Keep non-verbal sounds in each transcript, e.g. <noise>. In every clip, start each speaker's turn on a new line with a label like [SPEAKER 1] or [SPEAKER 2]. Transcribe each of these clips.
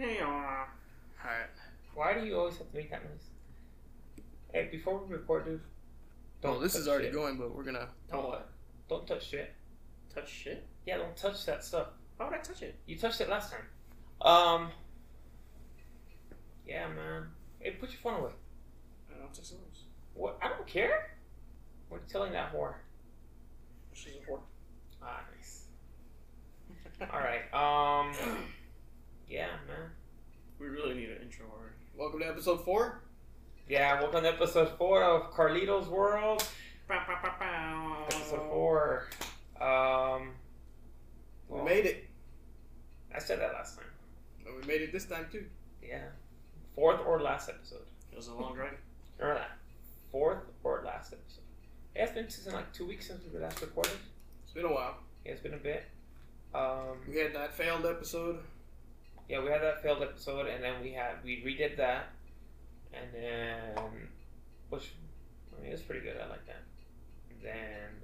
[SPEAKER 1] uh,
[SPEAKER 2] Alright.
[SPEAKER 3] Why do you always have to make that noise? Hey, before we record, dude,
[SPEAKER 2] Well, Oh, this
[SPEAKER 3] touch
[SPEAKER 2] is already
[SPEAKER 3] shit.
[SPEAKER 2] going, but we're gonna.
[SPEAKER 3] Don't what? Don't touch shit.
[SPEAKER 1] Touch shit?
[SPEAKER 3] Yeah, don't touch that stuff.
[SPEAKER 1] Why would I touch it?
[SPEAKER 3] You touched it last time. Um. Yeah, man. Hey, put your phone away.
[SPEAKER 1] I don't touch those.
[SPEAKER 3] What? I don't care. We're telling that whore.
[SPEAKER 1] She's a whore.
[SPEAKER 2] <clears throat>
[SPEAKER 3] Ah,
[SPEAKER 2] <laughs>
[SPEAKER 3] nice. All right. Um. Yeah, man.
[SPEAKER 1] We really need an intro already.
[SPEAKER 2] Welcome to episode four.
[SPEAKER 3] Yeah, welcome to episode four of Carlito's World.
[SPEAKER 1] Bow, bow, bow, bow.
[SPEAKER 2] Oh.
[SPEAKER 3] Episode four. Um.
[SPEAKER 2] We
[SPEAKER 3] well,
[SPEAKER 2] made it.
[SPEAKER 3] I said that last time.
[SPEAKER 2] And we made it this time too.
[SPEAKER 3] Yeah. Fourth or last episode.
[SPEAKER 1] It was a long drive.
[SPEAKER 3] Remember that. Fourth or last episode. Yeah, it's been since like two weeks since we last recorded.
[SPEAKER 2] It's been a while.
[SPEAKER 3] Yeah, it's been a bit. Um,
[SPEAKER 2] We had that failed episode.
[SPEAKER 3] yeah, we had that failed episode, and then we had we redid that, and then which I mean it was pretty good. I like that. Then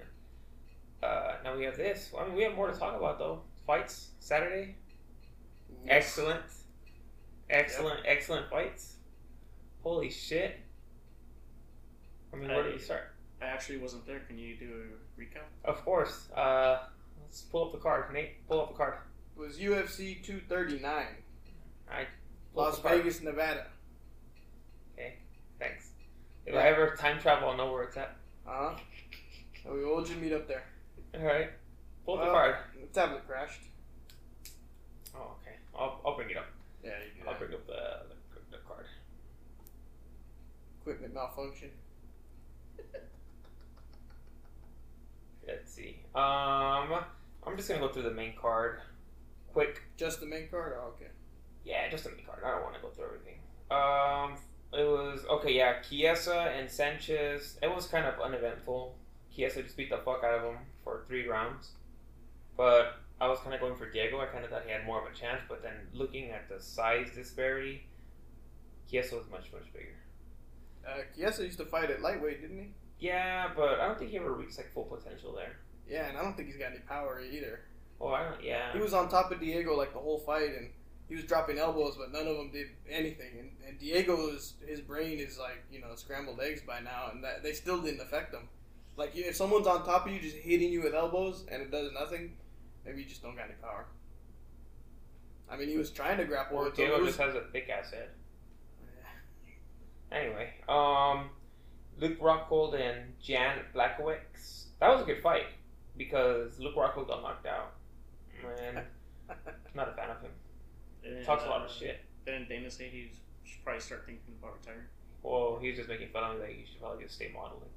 [SPEAKER 3] uh, now we have this. I mean, we have more to talk about though. Fights Saturday. Excellent, excellent, excellent fights. Holy shit! I mean, where do we start?
[SPEAKER 1] I actually wasn't there. Can you do a recap?
[SPEAKER 3] Of course. Uh, let's pull up the card, Nate. Pull up the card.
[SPEAKER 2] It was UFC 239,
[SPEAKER 3] Pull up
[SPEAKER 2] Las
[SPEAKER 3] the card.
[SPEAKER 2] Vegas, Nevada.
[SPEAKER 3] Thanks. If I ever time travel, I'll know where it's at.
[SPEAKER 2] Uh huh. So we all just meet up there.
[SPEAKER 3] All right. Pull up the
[SPEAKER 2] Well-
[SPEAKER 3] card.
[SPEAKER 2] The tablet crashed.
[SPEAKER 3] Oh, okay. I'll, I'll bring it up.
[SPEAKER 2] Yeah, you
[SPEAKER 3] I'll bring up the, the, the card.
[SPEAKER 2] Equipment malfunction.
[SPEAKER 3] Let's see. Um, I'm just gonna go through the main card, quick.
[SPEAKER 2] Just the main card. Oh, okay.
[SPEAKER 3] Yeah, just the main card. I don't want to go through everything. Um, it was okay. Yeah, Chiesa and Sanchez. It was kind of uneventful. Chiesa just beat the fuck out of him for three rounds, but I was kind of going for Diego. I kind of thought he had more of a chance, but then looking at the size disparity, Chiesa was much much bigger.
[SPEAKER 2] Uh, Kiesa used to fight at lightweight, didn't he?
[SPEAKER 3] Yeah, but I don't think he ever reached like full potential there.
[SPEAKER 2] Yeah, and I don't think he's got any power either.
[SPEAKER 3] Oh, I don't. Yeah.
[SPEAKER 2] He was on top of Diego like the whole fight, and he was dropping elbows, but none of them did anything. And, and Diego's his brain is like you know scrambled eggs by now, and that they still didn't affect him. Like you- if someone's on top of you, just hitting you with elbows, and it does nothing, maybe you just don't got any power. I mean, he was trying to grapple
[SPEAKER 3] Well,
[SPEAKER 2] with him.
[SPEAKER 3] Diego
[SPEAKER 2] It
[SPEAKER 3] just
[SPEAKER 2] was-
[SPEAKER 3] has a thick ass head. Anyway, um, Luke Rockhold and Jan Blackowicz. That was a good fight because Luke Rockhold got knocked out. Man, not a fan of him.
[SPEAKER 1] And,
[SPEAKER 3] Talks a lot
[SPEAKER 1] uh,
[SPEAKER 3] of shit.
[SPEAKER 1] Didn't Dana say he should probably start thinking about retiring?
[SPEAKER 3] Well, he was just making fun of me like you should probably just stay modeling.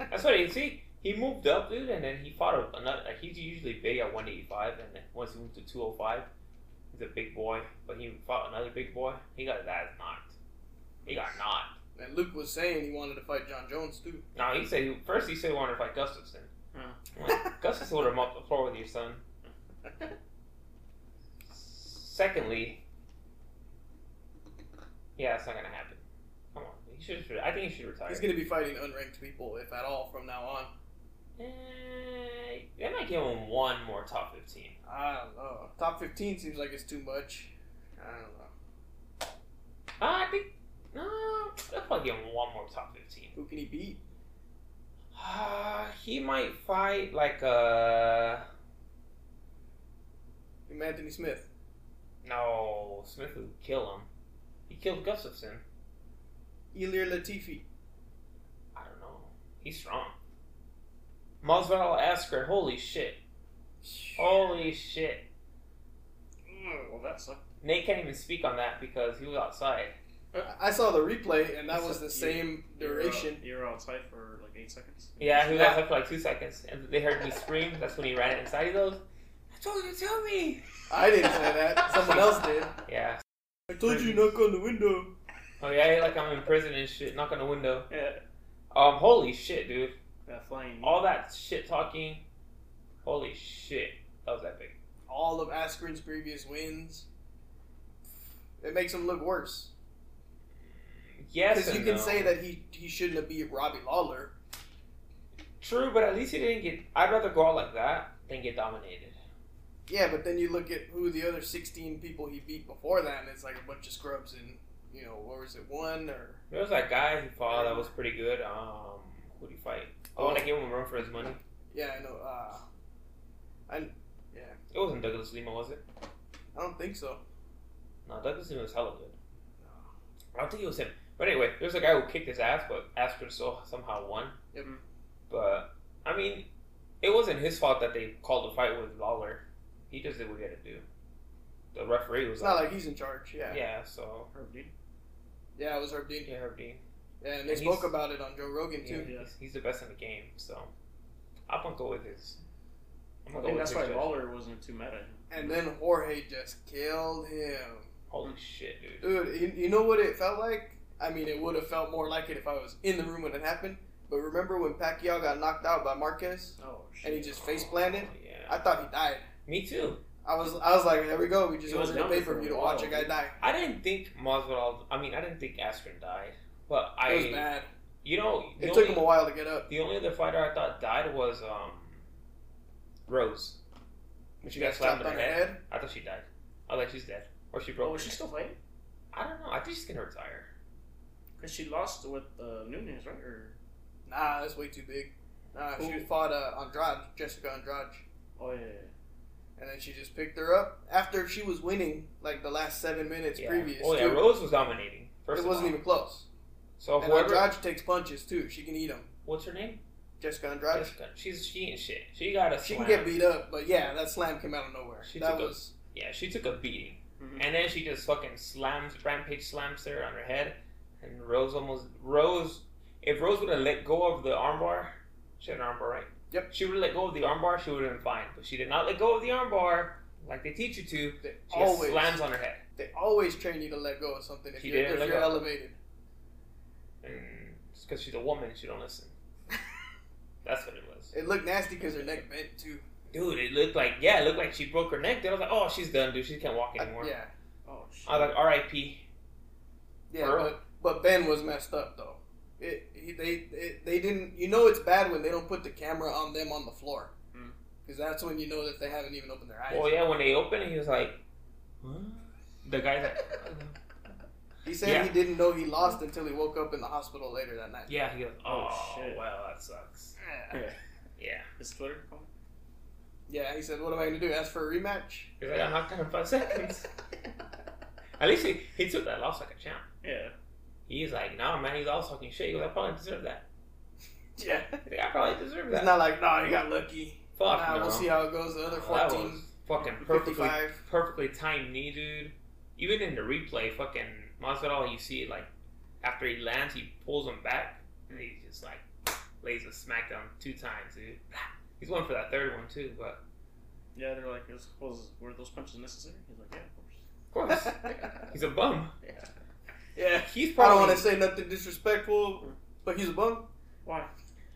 [SPEAKER 3] That's what he see. He moved up, dude, and then he fought a- another. Like, he's usually big at 185, and then once he moved to 205, he's a big boy. But he fought another big boy. He got his ass knocked. He got knocked.
[SPEAKER 2] and Luke was saying he wanted to fight John Jones too.
[SPEAKER 3] No, he said first he said he wanted to fight Gustafson.
[SPEAKER 1] Huh.
[SPEAKER 3] I'm Like, Gustafson would have mopped the floor with you, son. Secondly, yeah, it's not gonna happen. Come on, he should. I think he should retire.
[SPEAKER 2] He's going to be fighting unranked people, if at all, from now on.
[SPEAKER 3] Eh, they might give him one more top fifteen.
[SPEAKER 2] I don't know. Top fifteen seems like it's too much. I don't know.
[SPEAKER 3] Ah, I think no, they'll probably give him one more top fifteen.
[SPEAKER 2] Who can he beat?
[SPEAKER 3] Ah, he might fight like uh
[SPEAKER 2] Him Anthony Smith.
[SPEAKER 3] no Smith would kill him. He killed Gustafson.
[SPEAKER 2] Ilir Latifi.
[SPEAKER 3] I don't know. He's strong. Masvidal Asker, holy shit. Holy shit.
[SPEAKER 1] Mm, well, that sucked.
[SPEAKER 3] Nate can't even speak on that because he was outside.
[SPEAKER 2] I saw the replay, and that
[SPEAKER 1] It's
[SPEAKER 2] was
[SPEAKER 1] like
[SPEAKER 2] the same duration.
[SPEAKER 1] You were outside for like eight seconds.
[SPEAKER 3] uh, Yeah, he was outside for like two seconds. And they heard me scream. That's when he ran inside. He goes, I told you to tell me.
[SPEAKER 2] I didn't say <laughs> that. Someone else did.
[SPEAKER 3] Yeah.
[SPEAKER 2] I told you knock on the window.
[SPEAKER 3] Oh, yeah, like I'm in prison and shit. Knock on the window.
[SPEAKER 1] Yeah.
[SPEAKER 3] Um, holy shit, dude.
[SPEAKER 1] That flying.
[SPEAKER 3] All that shit talking. Holy shit. That was epic.
[SPEAKER 2] All of Askren's previous wins. It makes him look worse.
[SPEAKER 3] Yes,
[SPEAKER 2] Because you
[SPEAKER 3] and
[SPEAKER 2] can
[SPEAKER 3] no.
[SPEAKER 2] say that he, he shouldn't have beat Robbie Lawler.
[SPEAKER 3] True, but at least he didn't get. I'd rather go out like that than get dominated.
[SPEAKER 2] Yeah, but then you look at who the other 16 people he beat before that, and it's like a bunch of scrubs and, you know, what was it, one or.
[SPEAKER 3] There was that guy he fought that was pretty good. Um, who did he fight? Oh, and I gave him a run for his money.
[SPEAKER 2] Yeah, I know. Uh,
[SPEAKER 3] It wasn't Douglas Lima, was it?
[SPEAKER 2] I don't think so.
[SPEAKER 3] No, Douglas Lima was hella good. I don't think it was him. But anyway, there's a guy who kicked his ass, but Asker so somehow won.
[SPEAKER 2] Yep.
[SPEAKER 3] But I mean, it wasn't his fault that they called the fight with Lawler. He just did what he had to do. The referee was
[SPEAKER 2] It's not like he's in charge. Yeah.
[SPEAKER 3] yeah.
[SPEAKER 2] Yeah,
[SPEAKER 3] so
[SPEAKER 1] Herb Dean.
[SPEAKER 2] it was Herb Dean.
[SPEAKER 3] yeah, Herb Dean.
[SPEAKER 2] Yeah, and they
[SPEAKER 3] And he's-
[SPEAKER 2] spoke about it on Joe Rogan,
[SPEAKER 3] Yeah,
[SPEAKER 2] too.
[SPEAKER 3] he's, he's the best in the game. So I'm gonna go with his. I'm
[SPEAKER 1] I
[SPEAKER 3] gonna go
[SPEAKER 1] think
[SPEAKER 3] with
[SPEAKER 1] that's
[SPEAKER 3] his
[SPEAKER 1] why
[SPEAKER 3] judge.
[SPEAKER 1] Lawler wasn't too mad at him.
[SPEAKER 2] And then Jorge just killed him.
[SPEAKER 3] Holy shit, dude!
[SPEAKER 2] Dude, you, you know what it felt like? I mean, it would have felt more like it if I was in the room when it happened. But remember when Pacquiao got knocked out by Marquez
[SPEAKER 1] Oh shit.
[SPEAKER 2] and he just face planted?
[SPEAKER 3] Oh, yeah,
[SPEAKER 2] I thought he died.
[SPEAKER 3] me too.
[SPEAKER 2] I was, I was like, there we go. We just
[SPEAKER 1] He was
[SPEAKER 2] ordered a
[SPEAKER 1] down for
[SPEAKER 2] pay per view
[SPEAKER 1] a
[SPEAKER 2] to
[SPEAKER 1] while,
[SPEAKER 2] watch a guy
[SPEAKER 1] dude.
[SPEAKER 2] die.
[SPEAKER 3] I didn't think Masvidal. I mean, I didn't think Askren died, but I.
[SPEAKER 2] It was bad.
[SPEAKER 3] You know, the
[SPEAKER 2] It
[SPEAKER 3] only,
[SPEAKER 2] took him a while to get up.
[SPEAKER 3] the only other fighter I thought died was um, Rose. When she got slapped in
[SPEAKER 2] Chopped
[SPEAKER 3] the
[SPEAKER 2] on her
[SPEAKER 3] head.
[SPEAKER 2] head.
[SPEAKER 3] I thought she died. I was like, she's dead. Or she broke.
[SPEAKER 1] Oh,
[SPEAKER 3] her
[SPEAKER 1] is she
[SPEAKER 3] neck.
[SPEAKER 1] still fighting?
[SPEAKER 3] I don't know. I think she's gonna retire.
[SPEAKER 1] Cause she lost with uh, Nunes, right? Or
[SPEAKER 2] Nah, that's way too big. Nah, she
[SPEAKER 1] Who?
[SPEAKER 2] fought uh, Andrade, Jessica Andrade.
[SPEAKER 1] oh yeah, yeah,
[SPEAKER 2] And then she just picked her up after she was winning like the last seven minutes
[SPEAKER 3] Yeah.
[SPEAKER 2] previous.
[SPEAKER 3] Oh yeah,
[SPEAKER 2] too.
[SPEAKER 3] Rose was dominating. First
[SPEAKER 2] it
[SPEAKER 3] of
[SPEAKER 2] wasn't
[SPEAKER 3] all.
[SPEAKER 2] even close.
[SPEAKER 3] So
[SPEAKER 2] and
[SPEAKER 3] whoever,
[SPEAKER 2] Andrade takes punches too. She can eat them.
[SPEAKER 3] what's her name?
[SPEAKER 2] Jessica Andrade.
[SPEAKER 3] Jessica. She's she ain't shit. She got a
[SPEAKER 2] She
[SPEAKER 3] slam.
[SPEAKER 2] can get beat up, but yeah, that slam came out of nowhere.
[SPEAKER 3] She
[SPEAKER 2] that
[SPEAKER 3] took a-
[SPEAKER 2] was
[SPEAKER 3] yeah, she took a beating,
[SPEAKER 1] yeah.
[SPEAKER 2] Mm-hmm.
[SPEAKER 1] Mhm.
[SPEAKER 3] and then she just fucking slams, rampage slams her on her head, and Rose almost Rose. If Rose would have let go of the armbar, she had an armbar, right?
[SPEAKER 2] Yep.
[SPEAKER 3] She would have let go of the armbar, she would have been fine. But she did not let go of the armbar, like they teach you to.
[SPEAKER 2] they
[SPEAKER 3] She just
[SPEAKER 2] always
[SPEAKER 3] slams on her head,
[SPEAKER 2] they always train you to let go of something if
[SPEAKER 3] She
[SPEAKER 2] you're,
[SPEAKER 3] didn't
[SPEAKER 2] if
[SPEAKER 3] let
[SPEAKER 2] you're
[SPEAKER 3] go.
[SPEAKER 2] elevated. <laughs>
[SPEAKER 3] and because she's a woman, she don't listen. That's what it was.
[SPEAKER 2] It looked nasty because her neck bent too.
[SPEAKER 3] Dude, it looked like yeah, it looked like she broke her neck. Then I was like, oh, she's done, dude. She can't walk
[SPEAKER 2] I-
[SPEAKER 3] anymore.
[SPEAKER 2] yeah,
[SPEAKER 1] Oh shit.
[SPEAKER 3] I was like, R.I.P.
[SPEAKER 2] yeah,
[SPEAKER 3] Girl.
[SPEAKER 2] but but Ben was messed up though. It he, they it, they didn't. You know it's bad when they don't put the camera on them on the floor
[SPEAKER 3] Hmm.
[SPEAKER 1] Mm.
[SPEAKER 2] because that's when you know that they haven't even opened their eyes.
[SPEAKER 3] Oh yeah, when they opened, he was like, huh? the guy's like, <laughs>
[SPEAKER 2] He said
[SPEAKER 3] Yeah.
[SPEAKER 2] he didn't know he lost until he woke up in the hospital later that night.
[SPEAKER 3] yeah, he goes, oh,
[SPEAKER 1] Oh, shit.
[SPEAKER 3] well, that sucks.
[SPEAKER 1] yeah.
[SPEAKER 3] Yeah,
[SPEAKER 1] Ah, Is Twitter calling?
[SPEAKER 2] Yeah, he said, "What am I going to do? Ask for a
[SPEAKER 3] <laughs>
[SPEAKER 2] rematch?"
[SPEAKER 3] he's like, I knocked out in five seconds. <laughs> At least he, he took that loss like a champ.
[SPEAKER 1] Yeah.
[SPEAKER 3] He's like, nah, man, he's all talking shit. He goes, I probably deserve that.
[SPEAKER 2] yeah,
[SPEAKER 3] He's like, I probably deserve
[SPEAKER 2] it's
[SPEAKER 3] that.
[SPEAKER 2] not like, "No, you got lucky."
[SPEAKER 3] Fuck
[SPEAKER 2] nah,
[SPEAKER 3] no.
[SPEAKER 2] we'll see how it goes. The other
[SPEAKER 3] Oh, that
[SPEAKER 2] 14,
[SPEAKER 3] was fucking perfectly
[SPEAKER 2] 55.
[SPEAKER 3] perfectly timed knee, dude. Even in the replay, fucking Masvidal, you see it like after he lands, he pulls him back, and he just like lays a smackdown two times, dude. <laughs> He's going for that third one too, but
[SPEAKER 1] Yeah, they're like, is, was, were those punches necessary? He's like, yeah, of course.
[SPEAKER 3] of course he's a bum.
[SPEAKER 1] Yeah.
[SPEAKER 2] <laughs> yeah, I
[SPEAKER 3] He's
[SPEAKER 2] don't
[SPEAKER 3] probably
[SPEAKER 2] want to say nothing disrespectful, but he's a bum.
[SPEAKER 1] Why?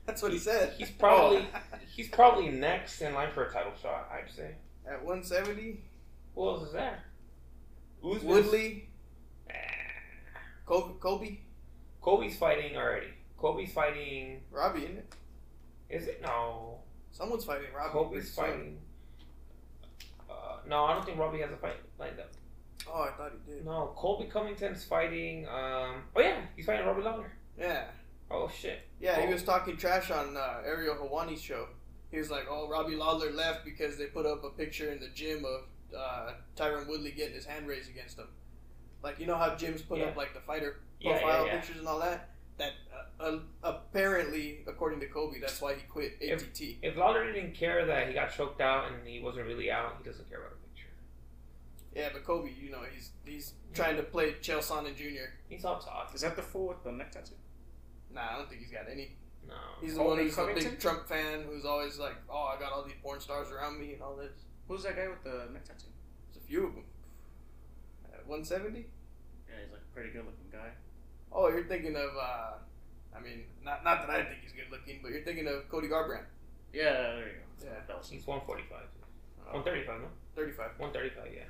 [SPEAKER 2] That's what he said.
[SPEAKER 3] he's probably he's probably next in line for a title shot. I'd say.
[SPEAKER 2] <laughs> at 170.
[SPEAKER 3] Who else is there? Usman's-
[SPEAKER 2] Woodley,
[SPEAKER 3] Ah.
[SPEAKER 2] Col- Kobe,
[SPEAKER 3] Kobe's fighting already. Kobe's fighting.
[SPEAKER 2] Robbie, isn't it?
[SPEAKER 3] Is it no?
[SPEAKER 2] Someone's fighting Robbie.
[SPEAKER 3] Kobe's
[SPEAKER 2] So-
[SPEAKER 3] fighting. Uh, no, I don't think Robbie has a fight lined up.
[SPEAKER 2] Oh, I thought he did.
[SPEAKER 3] No, Colby Covington's fighting. Um, oh yeah, he's fighting Robbie Lawler.
[SPEAKER 2] Yeah,
[SPEAKER 3] Oh shit.
[SPEAKER 2] yeah. He was talking trash on uh, Ariel Hawani's show. He was like, "Oh, Robbie Lawler left because they put up a picture in the gym of uh, Tyron Woodley getting his hand raised against him." Like, you know how gyms put
[SPEAKER 3] Yeah.
[SPEAKER 2] up like the fighter
[SPEAKER 3] Yeah, yeah,
[SPEAKER 2] profile
[SPEAKER 3] yeah.
[SPEAKER 2] pictures and all that. That uh, uh, apparently, according to Kobe, that's why he quit
[SPEAKER 3] If-
[SPEAKER 2] ATT.
[SPEAKER 3] If Lawler didn't care that he got choked out and he wasn't really out, he doesn't care about the picture.
[SPEAKER 2] Yeah, but Kobe, you know, he's he's trying to play Chael Sonnen Jr.
[SPEAKER 3] He's all talk.
[SPEAKER 1] Is that the fool with the neck tattoo?
[SPEAKER 2] Nah, I don't think he's got any.
[SPEAKER 3] No.
[SPEAKER 2] He's the
[SPEAKER 1] Kobe
[SPEAKER 2] one who's a
[SPEAKER 1] Covington?
[SPEAKER 2] big Trump fan who's always like, "Oh, I got all these porn stars around me and all this."
[SPEAKER 1] Who's that guy with the neck tattoo?
[SPEAKER 2] There's a few of Uh, them. At 170.
[SPEAKER 1] Yeah, he's like a pretty good looking guy.
[SPEAKER 2] Oh, you're thinking of. uh I mean, not not that I think he's good looking, but you're thinking of Cody Garbrandt.
[SPEAKER 1] Yeah, there you go.
[SPEAKER 2] Yeah.
[SPEAKER 1] That was
[SPEAKER 3] He's 145.
[SPEAKER 2] Oh,
[SPEAKER 3] 135, no?
[SPEAKER 2] 35.
[SPEAKER 3] 135, yeah.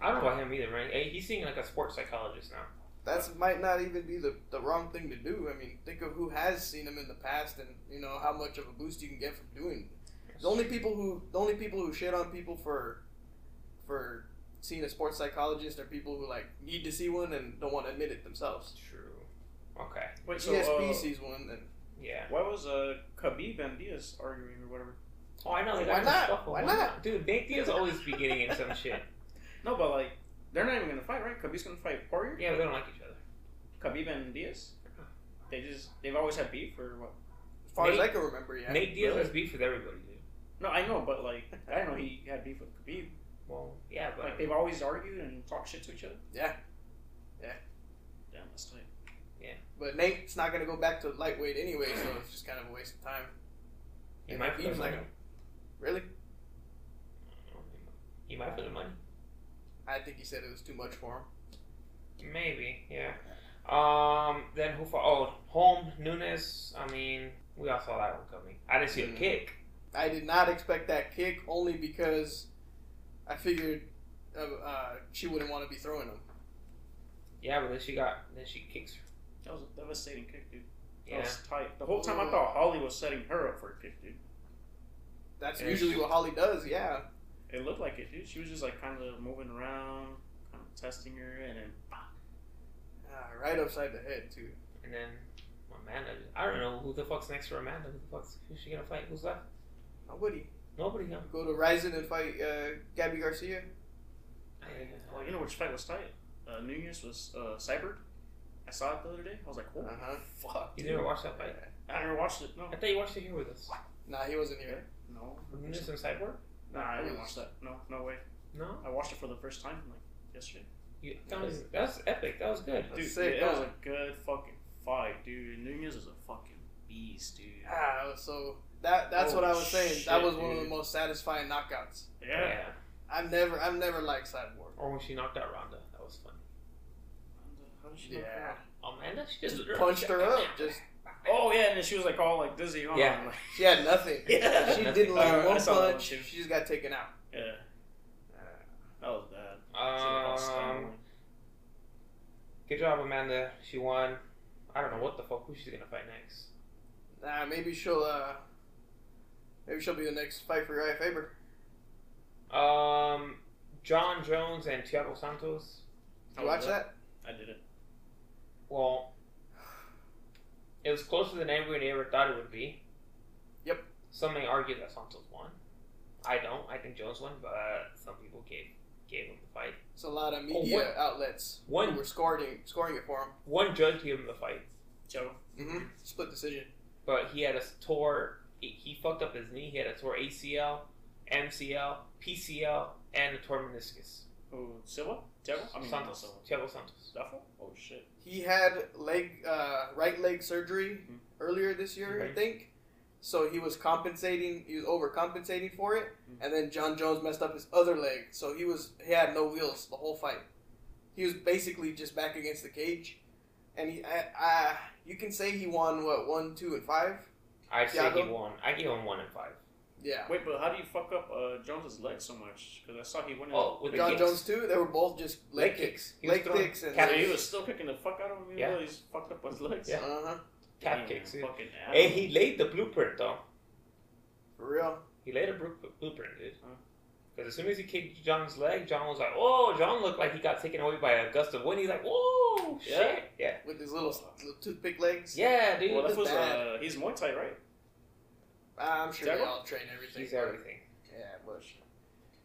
[SPEAKER 3] I don't know about him either, right? Hey, He's seeing like a sports psychologist now.
[SPEAKER 2] That's might not even be the, the wrong thing to do. I mean, think of who has seen him in the past, and you know how much of a boost you can get from doing The only people who the only people who shit on people for for seeing a sports psychologist are people who like need to see one and don't want to admit it themselves.
[SPEAKER 3] True. Okay.
[SPEAKER 1] Wait, so
[SPEAKER 2] ESP
[SPEAKER 1] uh,
[SPEAKER 2] sees one, then
[SPEAKER 3] Yeah.
[SPEAKER 1] why was uh, Khabib and Diaz arguing or whatever?
[SPEAKER 3] Oh, I know. they
[SPEAKER 2] Why
[SPEAKER 3] got
[SPEAKER 2] not?
[SPEAKER 3] scuffle.
[SPEAKER 2] Why not?
[SPEAKER 3] Dude, Nate Diaz always be getting in some shit.
[SPEAKER 1] No, but like they're not even gonna fight, right? Khabib's gonna fight
[SPEAKER 3] <laughs>
[SPEAKER 1] Poirier.
[SPEAKER 3] Yeah, but they don't like each other.
[SPEAKER 1] Khabib and Diaz. They just they've always had beef or what?
[SPEAKER 2] as far as
[SPEAKER 3] Nate-
[SPEAKER 2] I can remember, yeah.
[SPEAKER 3] Nate Diaz
[SPEAKER 1] really?
[SPEAKER 3] has beef with everybody, dude.
[SPEAKER 1] No, I know, but like I didn't know he had beef with Khabib.
[SPEAKER 3] Well, yeah, but
[SPEAKER 1] Like they've always argued and talked shit to each other.
[SPEAKER 2] Yeah. Yeah.
[SPEAKER 1] Damn, that's tight.
[SPEAKER 2] But Nate's not gonna go back to lightweight anyway, so it's just kind of a waste of time.
[SPEAKER 3] he might
[SPEAKER 2] He's
[SPEAKER 3] put
[SPEAKER 2] like
[SPEAKER 3] like
[SPEAKER 2] a- Really?
[SPEAKER 3] He might put the money.
[SPEAKER 2] I think he said it was too much for him.
[SPEAKER 3] Maybe, yeah. Um, then who for? Oh, Home Nunes. I mean, we all saw that one coming. I didn't see a
[SPEAKER 2] Mhm.
[SPEAKER 3] kick.
[SPEAKER 2] I did not expect that kick only because I figured uh, uh, she wouldn't want to be throwing them.
[SPEAKER 3] Yeah, but then she got then she kicks. her.
[SPEAKER 2] Oh,
[SPEAKER 1] That was a devastating kick, dude. That
[SPEAKER 3] Yeah,
[SPEAKER 1] was tight. The whole time I thought Holly was setting her up for a kick, dude.
[SPEAKER 2] That's
[SPEAKER 3] Yeah,
[SPEAKER 2] usually
[SPEAKER 3] she-
[SPEAKER 2] what Holly does. Yeah,
[SPEAKER 1] It looked like it, dude. She was just like kind of moving around, kind of testing her, and then bah.
[SPEAKER 2] Ah, right upside the head too.
[SPEAKER 3] and then Amanda. I don't know who the fuck's next for Amanda. Who the fuck's who's she gonna fight? Who's left?
[SPEAKER 2] Nobody
[SPEAKER 3] Nobody. Huh?
[SPEAKER 2] go to Ryzen and fight uh, Gabby Garcia.
[SPEAKER 1] Well, you know which fight was tight? Uh, Nunez was uh, cybered. I saw it the other day. I was like, holy
[SPEAKER 2] Uh-huh.
[SPEAKER 1] fuck.
[SPEAKER 3] You
[SPEAKER 1] dude.
[SPEAKER 3] never watched that fight?
[SPEAKER 1] I never watched
[SPEAKER 3] <laughs>
[SPEAKER 1] it. No.
[SPEAKER 3] I thought you watched it here with us.
[SPEAKER 2] Nah, he wasn't here.
[SPEAKER 1] No.
[SPEAKER 3] Nunes and Cyborg.
[SPEAKER 1] Nah, I didn't watch that. No, no way.
[SPEAKER 3] No,
[SPEAKER 1] I watched it for the first time like yesterday.
[SPEAKER 3] you, that was that's epic. That was good.
[SPEAKER 2] That's
[SPEAKER 1] Dude,
[SPEAKER 2] sick,
[SPEAKER 1] it was
[SPEAKER 2] huh?
[SPEAKER 1] a good fucking fight, dude. Nunez is a fucking beast, dude.
[SPEAKER 2] Ah, that was so that that's what I
[SPEAKER 1] Holy
[SPEAKER 2] was saying. that
[SPEAKER 1] Oh, shit,
[SPEAKER 2] was one of the
[SPEAKER 1] dude.
[SPEAKER 2] most satisfying knockouts.
[SPEAKER 1] Yeah.
[SPEAKER 2] I've never I've never liked Cyborg.
[SPEAKER 3] Or when she knocked out Ronda, that was funny.
[SPEAKER 1] How did she knock her
[SPEAKER 2] Yeah.
[SPEAKER 1] out?
[SPEAKER 3] Amanda, she just,
[SPEAKER 2] Punched her up.
[SPEAKER 3] <laughs>
[SPEAKER 2] Just
[SPEAKER 1] Oh yeah, and then she was like all like dizzy. Huh?
[SPEAKER 3] Yeah.
[SPEAKER 2] <laughs>
[SPEAKER 1] Like,
[SPEAKER 2] she had nothing.
[SPEAKER 1] yeah.
[SPEAKER 2] She
[SPEAKER 3] Nothing.
[SPEAKER 2] didn't
[SPEAKER 1] Alright,
[SPEAKER 2] land
[SPEAKER 1] <laughs> I
[SPEAKER 2] one
[SPEAKER 1] saw that one
[SPEAKER 2] punch.
[SPEAKER 1] too.
[SPEAKER 2] She just got taken out.
[SPEAKER 1] yeah. That was bad.
[SPEAKER 2] oh.
[SPEAKER 3] Um, good job, Amanda. She won. I don't know what the fuck who she's gonna fight next.
[SPEAKER 2] Nah, maybe she'll uh, maybe she'll be the next fight for Uriah Faber.
[SPEAKER 3] Um, John Jones and Thiago Santos.
[SPEAKER 2] Did
[SPEAKER 1] Oh,
[SPEAKER 2] you watch that?
[SPEAKER 1] I did it.
[SPEAKER 3] Well, it was closer than anybody ever thought it would be.
[SPEAKER 2] Yep.
[SPEAKER 3] Some may argue that Santos won. I don't. I think Jones won, but uh, some people gave gave him the fight.
[SPEAKER 2] It's a lot of
[SPEAKER 3] Oh,
[SPEAKER 2] media
[SPEAKER 3] what-
[SPEAKER 2] outlets
[SPEAKER 3] One-
[SPEAKER 2] who were scoring scoring it for him.
[SPEAKER 3] One judge gave him the fight,
[SPEAKER 1] Joe.
[SPEAKER 2] Mm-hmm. Split decision.
[SPEAKER 3] but he had a tore. He, he fucked up his knee. He had a tore ACL, MCL, PCL, and a tore meniscus.
[SPEAKER 1] Who? Silva? Devil? I mean, not
[SPEAKER 3] Santos.
[SPEAKER 1] Silva.
[SPEAKER 3] Thiago Santos.
[SPEAKER 1] Duffel? Oh shit.
[SPEAKER 2] He had leg uh, right leg surgery
[SPEAKER 1] Mhm.
[SPEAKER 2] earlier this year, I
[SPEAKER 3] Right.
[SPEAKER 2] think. So he was compensating. He was overcompensating for it,
[SPEAKER 1] Mhm.
[SPEAKER 2] and then John Jones messed up his other leg, so he was he had no wheels the whole fight. He was basically just back against the cage, and he I, I you can say he won what one, two, and five.
[SPEAKER 3] I say he
[SPEAKER 2] Thiago?
[SPEAKER 3] won. I give him one in five.
[SPEAKER 2] Yeah,
[SPEAKER 1] Wait, but how do you fuck up uh, Jones's leg so much? Because I saw he went. in-
[SPEAKER 3] Oh, with the
[SPEAKER 2] John
[SPEAKER 3] kicks.
[SPEAKER 2] Jones too. They were both just leg,
[SPEAKER 3] Leg
[SPEAKER 2] kicks,
[SPEAKER 3] kicks. He was
[SPEAKER 2] leg
[SPEAKER 3] throwing
[SPEAKER 2] kicks, and
[SPEAKER 3] cat-
[SPEAKER 1] Yeah,
[SPEAKER 2] uh
[SPEAKER 1] he was still kicking the fuck out of him. Even
[SPEAKER 3] Yeah.
[SPEAKER 1] though he's fucked up his legs.
[SPEAKER 3] Yeah.
[SPEAKER 2] huh,
[SPEAKER 3] Cat
[SPEAKER 1] Damn,
[SPEAKER 3] kicks, yeah.
[SPEAKER 1] Fucking
[SPEAKER 3] Hey,
[SPEAKER 1] asshole.
[SPEAKER 3] he laid the blueprint though.
[SPEAKER 2] for real.
[SPEAKER 3] He laid a bru- blueprint, dude.
[SPEAKER 1] Huh.
[SPEAKER 3] Because as soon as he kicked John's leg, John was like, "Oh!" John looked like he got taken away by a gust of wind. He's like, "Whoa, shit,
[SPEAKER 1] Yeah.
[SPEAKER 3] yeah,
[SPEAKER 2] With his little, little toothpick legs.
[SPEAKER 3] yeah, dude."
[SPEAKER 1] Well, that
[SPEAKER 2] was
[SPEAKER 1] was uh,
[SPEAKER 2] bad.
[SPEAKER 1] he's Muay Thai, right?
[SPEAKER 2] I'm sure they
[SPEAKER 1] Jaguar?
[SPEAKER 2] all train everything.
[SPEAKER 3] He's everything.
[SPEAKER 2] Yeah, but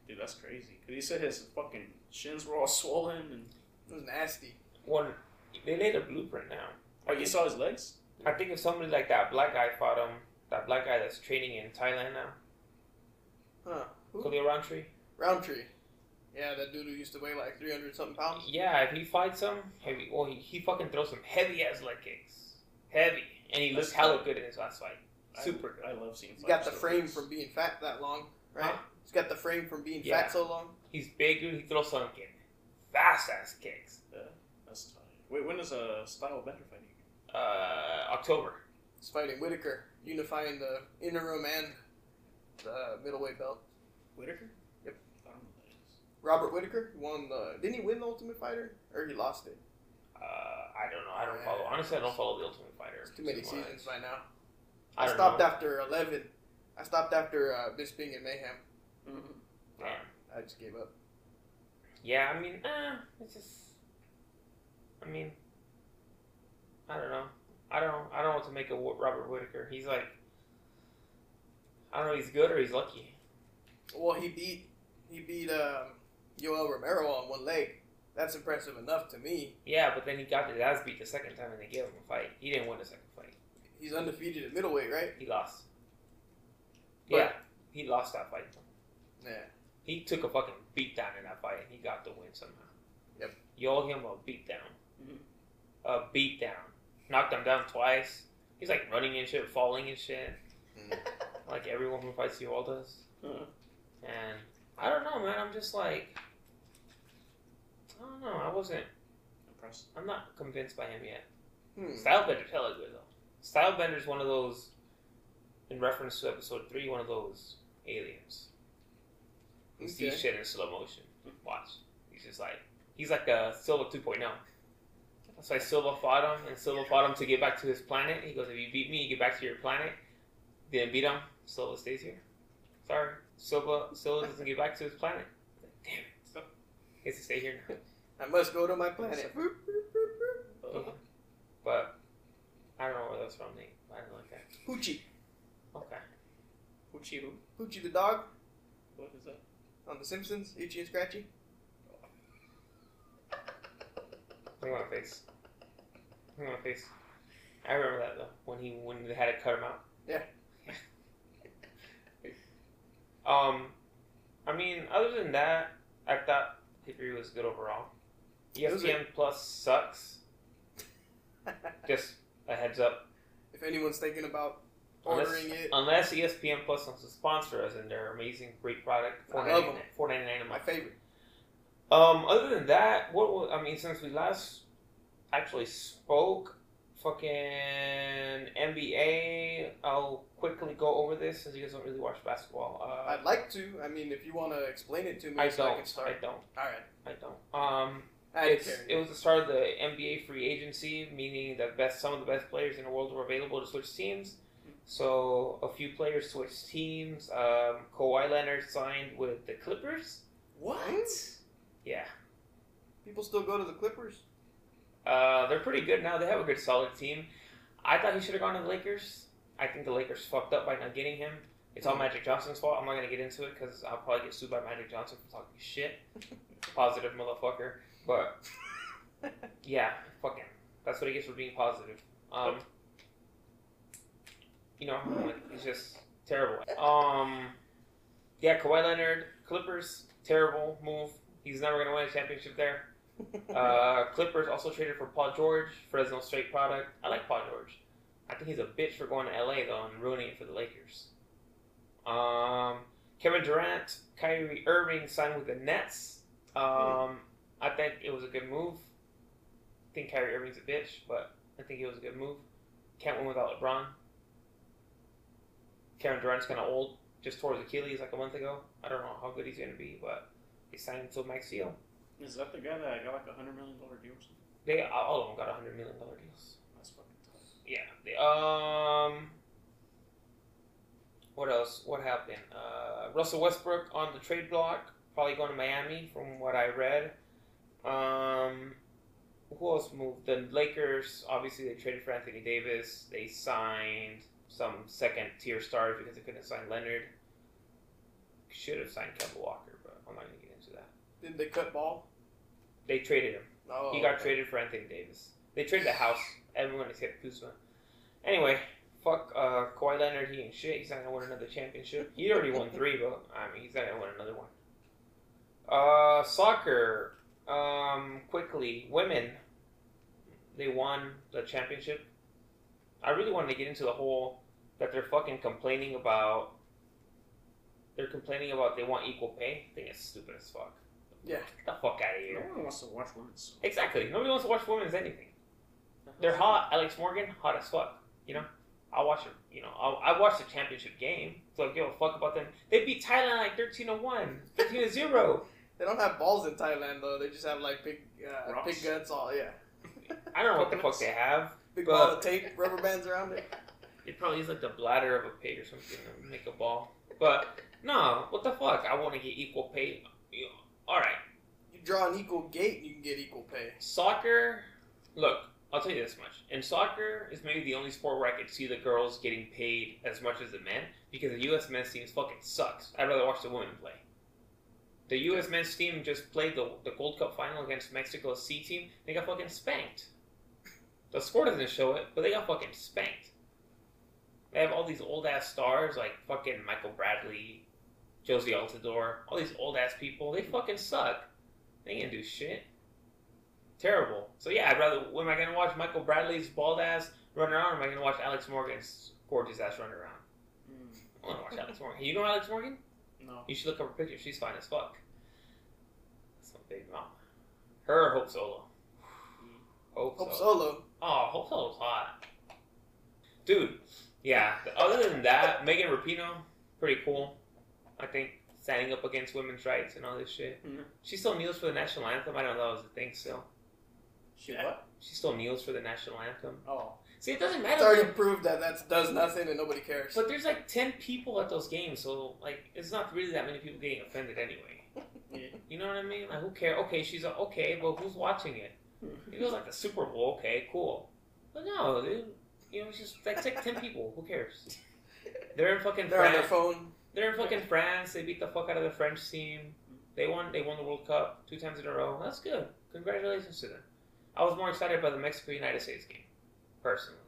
[SPEAKER 1] Dude, that's crazy. Cause he said his fucking shins were all swollen and.
[SPEAKER 2] it was nasty.
[SPEAKER 3] One, they laid a blueprint now.
[SPEAKER 1] Oh, you saw his legs?
[SPEAKER 3] I think if somebody like that black guy fought him, that black guy that's training in Thailand now,
[SPEAKER 2] Huh. Who?
[SPEAKER 3] Khalil Roundtree.
[SPEAKER 2] Roundtree. Yeah, that dude who used to weigh like 300 something pounds.
[SPEAKER 3] Yeah, if he fights him, heavy. Well, he, he fucking throws some heavy ass leg kicks, heavy, and he
[SPEAKER 1] That's
[SPEAKER 3] looked hella good in his last fight.
[SPEAKER 1] I-
[SPEAKER 3] Super good.
[SPEAKER 1] I, love seeing.
[SPEAKER 2] He's got
[SPEAKER 1] fights
[SPEAKER 2] the
[SPEAKER 1] with
[SPEAKER 2] frame
[SPEAKER 1] legs.
[SPEAKER 2] from being fat that long, right?
[SPEAKER 3] Huh?
[SPEAKER 2] He's got the frame from being
[SPEAKER 3] Yeah.
[SPEAKER 2] fat so long.
[SPEAKER 3] He's big, dude. He throws some fucking fast ass kicks.
[SPEAKER 1] That's tight. Wait, when is a uh, style better fighting?
[SPEAKER 3] uh, October.
[SPEAKER 2] He's fighting Whitaker, unifying the interim and the middleweight belt.
[SPEAKER 1] Whitaker?
[SPEAKER 2] Yep.
[SPEAKER 1] I don't know who that is.
[SPEAKER 2] Robert Whitaker won the. Didn't he win the Ultimate Fighter? Or he lost it?
[SPEAKER 3] Uh, I don't know. I don't follow. Honestly, I don't follow the Ultimate Fighter.
[SPEAKER 2] It's too many
[SPEAKER 3] much.
[SPEAKER 2] seasons by now.
[SPEAKER 3] I
[SPEAKER 2] I,
[SPEAKER 3] don't
[SPEAKER 2] stopped
[SPEAKER 3] know.
[SPEAKER 2] after 11. I stopped after uh, Bisping and Mayhem.
[SPEAKER 1] Mhm.
[SPEAKER 3] Yeah.
[SPEAKER 2] I just gave up.
[SPEAKER 3] Yeah, I mean, uh, it's just. I mean, I don't know. I don't. I don't know what to make of Wo- Robert Whitaker. He's like, I don't know. He's good or he's lucky.
[SPEAKER 2] Well, he beat he beat um, Yoel Romero on one leg. That's impressive enough to me.
[SPEAKER 3] Yeah, but then he got the ass beat the second time and they gave him a fight. He didn't win the second fight.
[SPEAKER 2] He's undefeated at middleweight, right?
[SPEAKER 3] He lost.
[SPEAKER 2] But-
[SPEAKER 3] yeah, he lost that fight.
[SPEAKER 2] Yeah.
[SPEAKER 3] He took a fucking beat down in that fight and he got the win somehow.
[SPEAKER 2] Yep.
[SPEAKER 3] You owe him a beat down.
[SPEAKER 1] Mhm.
[SPEAKER 3] A beat down. Knocked him down twice. He's like running and shit, falling and shit. Like everyone who fights you all does.
[SPEAKER 1] Uh,
[SPEAKER 3] And I don't know, man. I'm just like, I don't know. I wasn't.
[SPEAKER 1] impressed.
[SPEAKER 3] I'm not convinced by him yet.
[SPEAKER 2] <laughs> Hmm.
[SPEAKER 3] Stylebender, hella good though. Stylebender's one of those, in reference to episode three, one of those aliens who
[SPEAKER 2] Okay.
[SPEAKER 3] sees shit in slow motion. Watch. He's just like he's like a Silva 2.0. That's why Silva fought him, and Silva fought him to get back to his planet. He goes, if you beat me, you get back to your planet. Didn't beat him. Silva stays here. Sorry, Silva. Silva doesn't get back to his planet. Damn it. He has to stay here now.
[SPEAKER 2] I must go to my planet.
[SPEAKER 3] Uh-huh.
[SPEAKER 1] Uh,
[SPEAKER 3] But I don't know where that's from, Nate. I didn't like that.
[SPEAKER 2] Hoochie.
[SPEAKER 3] Okay.
[SPEAKER 1] Uchi who?
[SPEAKER 2] Hoochie the dog
[SPEAKER 1] What is that?
[SPEAKER 2] on The Simpsons. Itchy and Scratchy. <laughs>
[SPEAKER 3] Look at my face. Look at my face. I remember that though. When he when they had to cut him out.
[SPEAKER 2] Yeah.
[SPEAKER 3] <laughs> um, I mean, other than that, I thought pay per was good overall. E
[SPEAKER 2] It was
[SPEAKER 3] ESPN Plus sucks. Just a heads up.
[SPEAKER 2] if anyone's thinking about
[SPEAKER 3] Unless-
[SPEAKER 2] ordering it,
[SPEAKER 3] Unless E ESPN Plus wants to sponsor us and their amazing, great product, four
[SPEAKER 2] I love
[SPEAKER 3] ninety nine, four ninety nine a
[SPEAKER 2] my
[SPEAKER 3] month.
[SPEAKER 2] favorite.
[SPEAKER 3] Um, other than that, what was, I mean, since we last actually spoke, fucking NBA. I'll quickly go over this since you guys don't really watch basketball. Uh,
[SPEAKER 2] I'd like to. I mean, if you want to explain it to me,
[SPEAKER 3] I
[SPEAKER 2] so I
[SPEAKER 3] don't.
[SPEAKER 2] can start.
[SPEAKER 3] I don't.
[SPEAKER 2] All right.
[SPEAKER 3] I don't. Um,
[SPEAKER 2] I didn't
[SPEAKER 3] it's,
[SPEAKER 2] care.
[SPEAKER 3] it was the start of the NBA free agency, meaning that best some of the best players in the world were available to switch teams. So a few players switched teams. Um, Kawhi Leonard signed with the Clippers.
[SPEAKER 2] what?
[SPEAKER 3] <laughs> Yeah,
[SPEAKER 2] People still go to the Clippers?
[SPEAKER 3] uh, they're pretty good now. They have a good solid team. I thought he should have gone to the Lakers. I think the Lakers fucked up by not getting him. It's all Magic Johnson's fault. I'm not gonna get into it because I'll probably get sued by Magic Johnson for talking shit. Positive motherfucker, but Yeah, fucking. That's what he gets for being positive. Um, you know, like, it's just terrible. Um, yeah, Kawhi Leonard, Clippers, terrible move. He's never gonna win a championship there. <laughs> Uh, Clippers also traded for Paul George, Fresno State product. I like Paul George. I think he's a bitch for going to LA though and ruining it for the Lakers. Um, Kevin Durant, Kyrie Irving signed with the Nets. Um, I think it was a good move. I think Kyrie Irving's a bitch, but I think it was a good move. Can't win without LeBron. Kevin Durant's kind of old. Just tore his Achilles like a month ago. I don't know how good he's gonna be, but he signed until max deal.
[SPEAKER 1] Is that the guy that got like a hundred million dollar deal or something?
[SPEAKER 3] They all of them got hundred million dollar deals.
[SPEAKER 1] That's fucking tough.
[SPEAKER 3] Yeah. They, um. What else? What happened? Uh, Russell Westbrook on the trade block, probably going to Miami, from what I read. Um, who else moved? The Lakers. Obviously, they traded for Anthony Davis. They signed some second tier stars because they couldn't sign Leonard. Should have signed Kemba Walker, but I'm not going to get into that.
[SPEAKER 2] <laughs> Did they cut ball? Oh.
[SPEAKER 3] They traded him.
[SPEAKER 2] No.
[SPEAKER 3] He got traded for Anthony Davis. They traded the house. Everyone except Kuzma. Anyway, fuck uh, Kawhi Leonard. He ain't shit. He's not gonna win another championship. He already won three, but I mean, he's not gonna win another one. Uh, soccer. Um, quickly, women. They won the championship. I really wanted to get into the whole that they're fucking complaining about. They're complaining about they want equal pay. I think it's stupid as fuck.
[SPEAKER 2] Yeah.
[SPEAKER 3] Get the fuck out of here.
[SPEAKER 1] No one wants to watch women's.
[SPEAKER 3] Exactly. Nobody wants to watch women's anything. They're hot. Alex Morgan, hot as fuck. You know, I watch her. You know, I, I watch the championship game, so I give a fuck about them. They beat Thailand like 13 to 1, 13 to 0.
[SPEAKER 2] They don't have balls in Thailand though. They just have like big, uh,
[SPEAKER 1] Rocks?
[SPEAKER 2] big guts. All yeah,
[SPEAKER 3] I don't know what the fuck
[SPEAKER 1] Coconuts.
[SPEAKER 3] they have.
[SPEAKER 2] big
[SPEAKER 3] But-
[SPEAKER 2] ball of tape, rubber bands around
[SPEAKER 3] <laughs>
[SPEAKER 2] it.
[SPEAKER 3] It probably is like the bladder of a pig or something to make a ball. But no, what the fuck? I want to get equal pay. You know, All right.
[SPEAKER 2] You draw an equal gate, you can get equal pay.
[SPEAKER 3] Soccer, look, I'll tell you this much. And soccer is maybe the only sport where I could see the girls getting paid as much as the men because the U.S. men's team fucking sucks. I'd rather watch the women play. The U.S. men's team just played the, the Gold Cup final against Mexico's C team. They got fucking spanked. The score doesn't show it, but they got fucking spanked. They have all these old ass stars like fucking Michael Bradley, Josie Altidore, all these old ass people. They fucking suck. They can't do shit terrible. So yeah, I'd rather. Am I gonna watch Michael Bradley's bald ass run around? Or am I gonna watch Alex Morgan's gorgeous ass run around?
[SPEAKER 1] Mm,
[SPEAKER 3] I want to watch Alex Morgan. You know Alex Morgan?
[SPEAKER 1] no.
[SPEAKER 3] You should look up her picture. She's fine as fuck. That's my baby mama. Her or Hope Solo. Hope,
[SPEAKER 2] Hope
[SPEAKER 3] Solo.
[SPEAKER 2] Solo.
[SPEAKER 3] Oh, Hope Solo's hot, dude. Yeah. Other than that, Megan Rapinoe, pretty cool. I think standing up against women's rights and all this shit.
[SPEAKER 1] Mhm.
[SPEAKER 3] She still kneels for the national anthem. I don't know if that was a thing still.
[SPEAKER 1] She
[SPEAKER 2] Yeah.
[SPEAKER 1] what?
[SPEAKER 3] She still kneels for the national anthem.
[SPEAKER 1] Oh.
[SPEAKER 3] See, it doesn't
[SPEAKER 2] It's
[SPEAKER 3] matter.
[SPEAKER 2] already proved that that does nothing and nobody cares.
[SPEAKER 3] But there's like ten people at those games, so like it's not really that many people getting
[SPEAKER 2] <laughs>
[SPEAKER 3] offended anyway.
[SPEAKER 1] Yeah.
[SPEAKER 3] You know what I mean? Like who cares? Okay, she's a, okay, but who's watching it? It was like the Super Bowl. Okay, cool. But no, dude, you know, it's just like take ten people. Who cares?
[SPEAKER 2] <laughs>
[SPEAKER 3] They're in fucking
[SPEAKER 2] They're on their
[SPEAKER 3] France.
[SPEAKER 2] phone.
[SPEAKER 3] They're in fucking France. They beat the fuck out of the French team. They won. They won the World Cup two times in a row. That's good. Congratulations to them. I was more excited by the Mexico United States game, personally.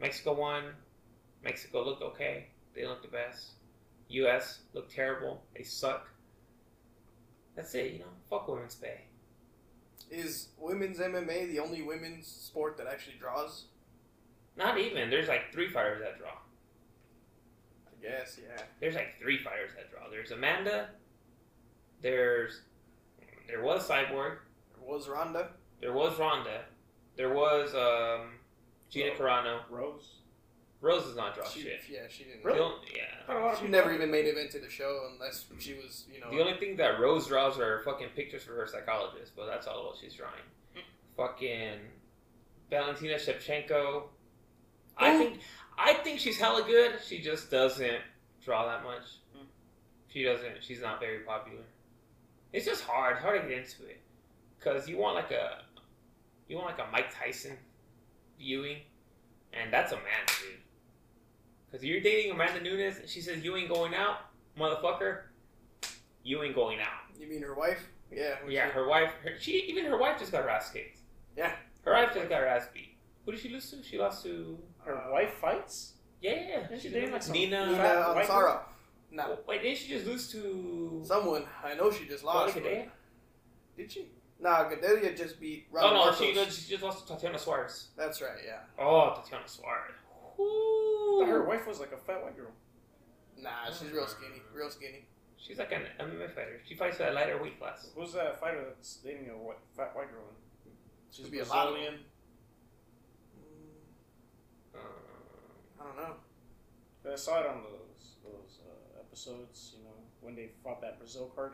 [SPEAKER 3] Mexico won. Mexico looked okay. They looked the best. U.S. looked terrible. They suck. That's it. You know, fuck women's pay.
[SPEAKER 2] Is women's MMA the only women's sport that actually draws?
[SPEAKER 3] Not even. There's like three fighters that draw.
[SPEAKER 2] I guess, yeah.
[SPEAKER 3] There's like three fighters that draw. There's Amanda. There's there was Cyborg.
[SPEAKER 2] There was Ronda.
[SPEAKER 3] There was Ronda. There was um, Gina
[SPEAKER 1] Oh.
[SPEAKER 3] Carano.
[SPEAKER 1] <laughs> Rose.
[SPEAKER 3] Rose does not draw
[SPEAKER 2] she,
[SPEAKER 3] Oh, shit.
[SPEAKER 2] Yeah, she didn't.
[SPEAKER 3] The only, yeah.
[SPEAKER 1] Not a lot of
[SPEAKER 2] She
[SPEAKER 1] people-
[SPEAKER 2] never even made it into the show unless she was, you know.
[SPEAKER 3] The only thing that Rose draws are fucking pictures for her psychologist, but that's all she's drawing.
[SPEAKER 2] Mm.
[SPEAKER 3] Fucking Valentina Shevchenko. I
[SPEAKER 2] Who?
[SPEAKER 3] think I think she's hella good. She just doesn't draw that much.
[SPEAKER 1] Mm.
[SPEAKER 3] She doesn't. She's not very popular. It's just hard, hard to get into it, cause you want like a, you want like a Mike Tyson viewing, and that's a man, dude. Cause you're dating Amanda Nunes, and she says you ain't going out, motherfucker. You ain't going out.
[SPEAKER 2] you mean her wife? Yeah. when
[SPEAKER 3] Yeah,
[SPEAKER 2] she-
[SPEAKER 3] her wife. Her, she even her wife just got her ass kicked.
[SPEAKER 2] Yeah.
[SPEAKER 3] her wife just got her ass beat. Who did she lose to? She lost to.
[SPEAKER 1] Her
[SPEAKER 2] Uh,
[SPEAKER 1] wife fights?
[SPEAKER 3] Yeah, yeah, yeah.
[SPEAKER 1] Didn't she name, like, some-
[SPEAKER 3] Nina.
[SPEAKER 2] Nina
[SPEAKER 1] Fat white
[SPEAKER 2] Ansara. No.
[SPEAKER 3] Wait, didn't she just lose to?
[SPEAKER 2] Someone. I know she just
[SPEAKER 3] Chloe
[SPEAKER 2] lost. but-
[SPEAKER 3] Gadea?
[SPEAKER 2] Did she? Nah, Gadelia just beat Ronda
[SPEAKER 3] Oh no,
[SPEAKER 2] Marcos.
[SPEAKER 3] she, no, she just lost to Tatiana Suarez.
[SPEAKER 2] That's right, yeah.
[SPEAKER 3] Oh, Tatiana Suarez.
[SPEAKER 1] I thought Her
[SPEAKER 3] Whoo.
[SPEAKER 1] wife was like a fat white girl.
[SPEAKER 2] Nah, she's real skinny. Real skinny.
[SPEAKER 3] She's like an MMA fighter. She fights at a lighter weight class.
[SPEAKER 1] Who's that fighter that's dating a white, fat white girl? She's
[SPEAKER 2] Could be a lot of
[SPEAKER 1] Brazilian.
[SPEAKER 2] Mm,
[SPEAKER 3] Um,
[SPEAKER 2] I don't know.
[SPEAKER 1] I saw it on those those uh, episodes. You know when they fought that Brazil card.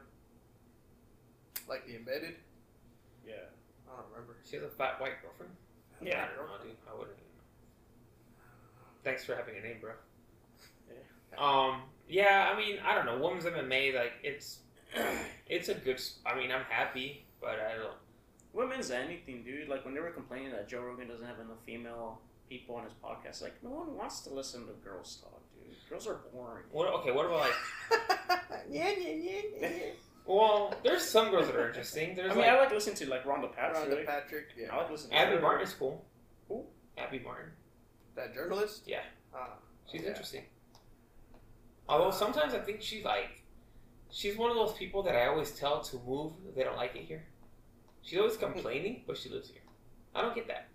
[SPEAKER 2] Like the embedded?
[SPEAKER 1] Yeah.
[SPEAKER 2] I don't remember.
[SPEAKER 3] she has a fat white girlfriend.
[SPEAKER 1] Yeah.
[SPEAKER 3] I don't know, dude. I wouldn't. even know. Thanks for having a name, bro.
[SPEAKER 2] Yeah.
[SPEAKER 3] Um. Yeah. I mean, I don't know. Women's MMA, like, it's <clears throat> it's a good. s- I mean, I'm happy, but I don't.
[SPEAKER 1] Women's anything, dude. Like when they were complaining that Joe Rogan doesn't have enough female people on his podcast, like no one wants to listen to girls talk, dude. Girls are boring.
[SPEAKER 3] What? Okay. What about like?
[SPEAKER 2] <laughs> yeah, yeah, yeah,
[SPEAKER 3] <laughs>
[SPEAKER 2] yeah.
[SPEAKER 3] Well, there's some girls that are interesting.
[SPEAKER 1] I
[SPEAKER 3] There's
[SPEAKER 1] mean,
[SPEAKER 3] like
[SPEAKER 1] I like listening to like Rhonda Paps.
[SPEAKER 2] Ronda
[SPEAKER 1] Really.
[SPEAKER 2] Patrick, yeah.
[SPEAKER 1] I like listening to
[SPEAKER 3] Abby
[SPEAKER 1] her.
[SPEAKER 3] Martin is cool.
[SPEAKER 1] Who?
[SPEAKER 3] Abby Martin.
[SPEAKER 2] That journalist?
[SPEAKER 3] Oh, Yeah.
[SPEAKER 2] Ah,
[SPEAKER 3] She's
[SPEAKER 2] okay.
[SPEAKER 3] interesting. Although sometimes I think she's like, she's one of those people that I always tell to move. They don't like it here. She's always
[SPEAKER 2] Mm.
[SPEAKER 3] complaining, but she lives here. I don't get that.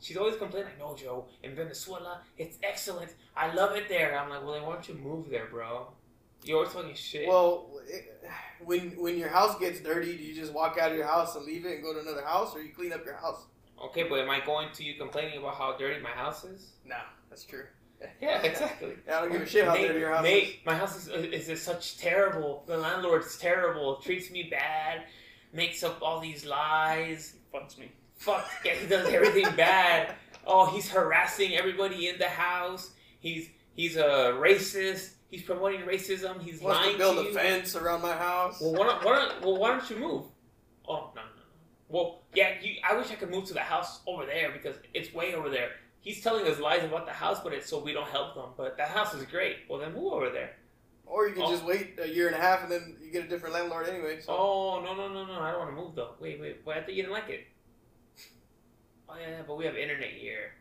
[SPEAKER 3] She's always complaining, no, Joe, in Venezuela, it's excellent. I love it there. I'm like, well, then why don't you move there, bro? You're always talking shit.
[SPEAKER 2] Well, it, when when your house gets dirty, do you just walk out of your house and leave it and go to another house, or you clean up your house?
[SPEAKER 3] okay, but am I going to you complaining about how dirty my house is?
[SPEAKER 2] Nah, that's <laughs> true.
[SPEAKER 3] Yeah, exactly.
[SPEAKER 2] Yeah, I don't give a shit how
[SPEAKER 3] Nate-
[SPEAKER 2] dirty your house
[SPEAKER 3] Nate,
[SPEAKER 2] is.
[SPEAKER 3] my house is, uh, is, is such terrible. The landlord's terrible. Treats me bad. Makes up all these lies.
[SPEAKER 1] Fucks me. <laughs>
[SPEAKER 3] Fuck. <laughs> Yeah, he does everything bad. Oh, he's harassing everybody in the house. He's he's a racist. He's promoting racism. He's
[SPEAKER 2] Wants
[SPEAKER 3] lying
[SPEAKER 2] to build
[SPEAKER 3] to
[SPEAKER 2] a
[SPEAKER 3] you.
[SPEAKER 2] fence around my house.
[SPEAKER 3] Well, why don't, why don't, well, why don't you move? Oh no, no, no. Well, yeah. You, I wish I could move to the house over there because it's way over there. He's telling us lies about the house, but it's so we don't help them. But that house is great. Well, then move over there.
[SPEAKER 2] Or you can
[SPEAKER 3] Oh.
[SPEAKER 2] just wait a year and a half and then you get a different landlord anyway. So
[SPEAKER 3] Oh no, no, no, no! I don't want to move though. Wait, wait, wait! I thought you didn't like it. Oh yeah, but we have internet here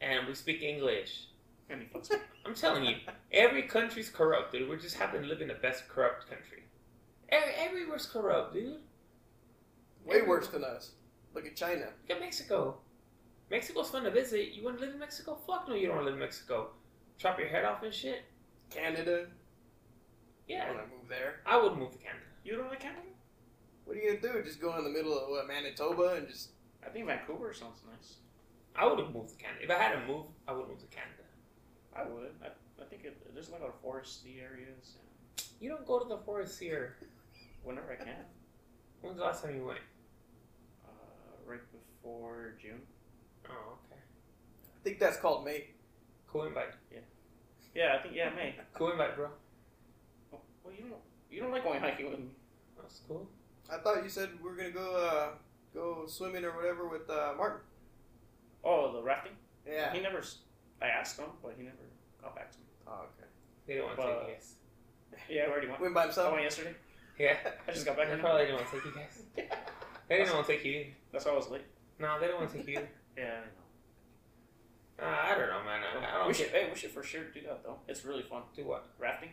[SPEAKER 3] and we speak English.
[SPEAKER 1] And he fucks me.
[SPEAKER 3] I'm telling you, every country's corrupt, dude. We just happen to live in the best corrupt country. Every, everywhere's corrupt, dude.
[SPEAKER 2] way worse than us. Look at China.
[SPEAKER 3] Look at Mexico. Mexico's fun to visit. You want to live in Mexico? Fuck no, you don't want to live in Mexico. Chop your head off and shit.
[SPEAKER 2] Canada. I
[SPEAKER 3] Yeah,
[SPEAKER 2] want to move there.
[SPEAKER 3] I would move to Canada.
[SPEAKER 1] You don't like Canada?
[SPEAKER 2] What are you gonna do? Just go in the middle of what, Manitoba and just
[SPEAKER 1] I think Vancouver sounds nice.
[SPEAKER 3] I would have moved to Canada if I had to move. I would move to Canada.
[SPEAKER 1] I would. I, I think it, there's a lot of foresty areas. And
[SPEAKER 3] You don't go to the forest here.
[SPEAKER 1] whenever I can.
[SPEAKER 3] When's the last time you went?
[SPEAKER 1] Uh, right before June.
[SPEAKER 3] Oh, okay.
[SPEAKER 2] I think that's called May.
[SPEAKER 3] Cool invite.
[SPEAKER 1] Yeah, I think yeah May.
[SPEAKER 3] Cool invite, bro.
[SPEAKER 1] Oh, well, you don't you don't like going hiking with me.
[SPEAKER 3] That's cool.
[SPEAKER 2] I thought you said we were gonna go uh, go swimming or whatever with uh, Martin.
[SPEAKER 1] Oh, the rafting.
[SPEAKER 2] Yeah.
[SPEAKER 1] He never. s- I asked him, but he never got back to me.
[SPEAKER 3] Mm-hmm.
[SPEAKER 2] Oh, okay.
[SPEAKER 3] They didn't want to
[SPEAKER 1] But-
[SPEAKER 3] take you guys.
[SPEAKER 1] Yeah, I already went.
[SPEAKER 2] Went by
[SPEAKER 1] I
[SPEAKER 2] himself.
[SPEAKER 1] went yesterday.
[SPEAKER 3] Yeah,
[SPEAKER 1] I just got back.
[SPEAKER 3] they
[SPEAKER 1] right
[SPEAKER 3] probably didn't want to take you
[SPEAKER 2] <laughs>
[SPEAKER 3] guys.
[SPEAKER 1] now.
[SPEAKER 3] They didn't want to take you. either.
[SPEAKER 1] That's why I was late.
[SPEAKER 3] No, they didn't want to take you. either.
[SPEAKER 1] Yeah,
[SPEAKER 3] Uh, I don't know, man.
[SPEAKER 1] I know.
[SPEAKER 3] I, I don't
[SPEAKER 1] we
[SPEAKER 3] get
[SPEAKER 1] should. Hey, we should for sure do that though. It's really fun.
[SPEAKER 3] do what.
[SPEAKER 1] Rafting.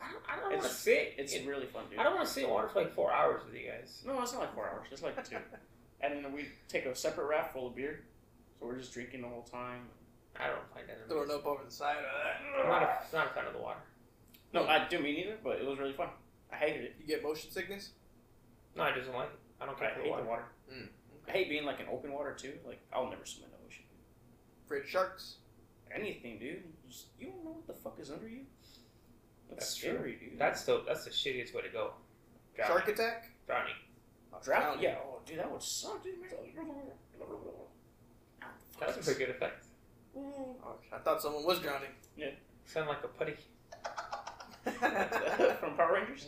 [SPEAKER 3] I don't. I don't want to
[SPEAKER 1] It's-
[SPEAKER 3] sit.
[SPEAKER 1] It's
[SPEAKER 3] in-
[SPEAKER 1] really fun, dude.
[SPEAKER 3] I don't want to sit in water for like four hours with you guys.
[SPEAKER 1] No, it's not like four hours. It's like
[SPEAKER 2] <laughs>
[SPEAKER 1] two. and then we take a separate raft full of beer, so we're just drinking the whole time.
[SPEAKER 3] I don't find that.
[SPEAKER 2] Throwing
[SPEAKER 3] amusing.
[SPEAKER 2] up over the side.
[SPEAKER 3] I'm not a, not a fan of the water.
[SPEAKER 1] No, I do me neither, but it was really fun. I hated it.
[SPEAKER 2] You get motion sickness.
[SPEAKER 3] No, I just don't like it. I don't
[SPEAKER 1] I
[SPEAKER 3] care for the water. Hmm,
[SPEAKER 1] hate the water.
[SPEAKER 2] Mm.
[SPEAKER 1] I hate being like in open water too. Like I'll never swim in the ocean.
[SPEAKER 2] Afraid of sharks.
[SPEAKER 1] Anything, dude. You, just, you don't know what the fuck is under you. That's,
[SPEAKER 3] That's true.
[SPEAKER 1] scary, dude.
[SPEAKER 3] That's the that's the shittiest way to go. Drowning.
[SPEAKER 2] Shark attack.
[SPEAKER 3] Drowning.
[SPEAKER 2] Oh,
[SPEAKER 1] Drown,
[SPEAKER 2] drowning.
[SPEAKER 1] yeah. Oh, dude, that would suck, dude.
[SPEAKER 3] That's a pretty good effect.
[SPEAKER 2] Oh, I thought someone was
[SPEAKER 3] <laughs>
[SPEAKER 2] drowning. <laughs>
[SPEAKER 3] Sound like a putty.
[SPEAKER 1] <laughs> From Power Rangers.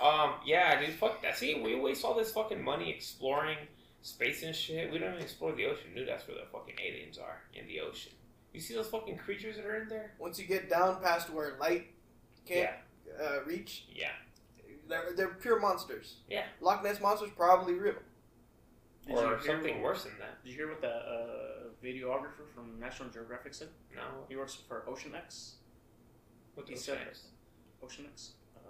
[SPEAKER 3] Um, yeah, dude, fuck that. See, we waste all this fucking money exploring space and shit. We don't even explore the ocean, dude. That's where the fucking aliens are in the ocean. You see those fucking creatures that are in there?
[SPEAKER 2] Once you get down past where light can't uh, reach,
[SPEAKER 3] Yeah,
[SPEAKER 2] they're, they're pure monsters.
[SPEAKER 3] Yeah.
[SPEAKER 2] Loch Ness monster's probably real.
[SPEAKER 3] yeah.
[SPEAKER 1] Did you
[SPEAKER 3] Or
[SPEAKER 1] hear-
[SPEAKER 3] something worse than that.
[SPEAKER 1] Did you hear what the uh, videographer from National Geographic said?
[SPEAKER 3] No,
[SPEAKER 1] He works for Ocean X.
[SPEAKER 3] what
[SPEAKER 1] He
[SPEAKER 3] these
[SPEAKER 1] said-
[SPEAKER 3] things.
[SPEAKER 1] Ocean X. Uh,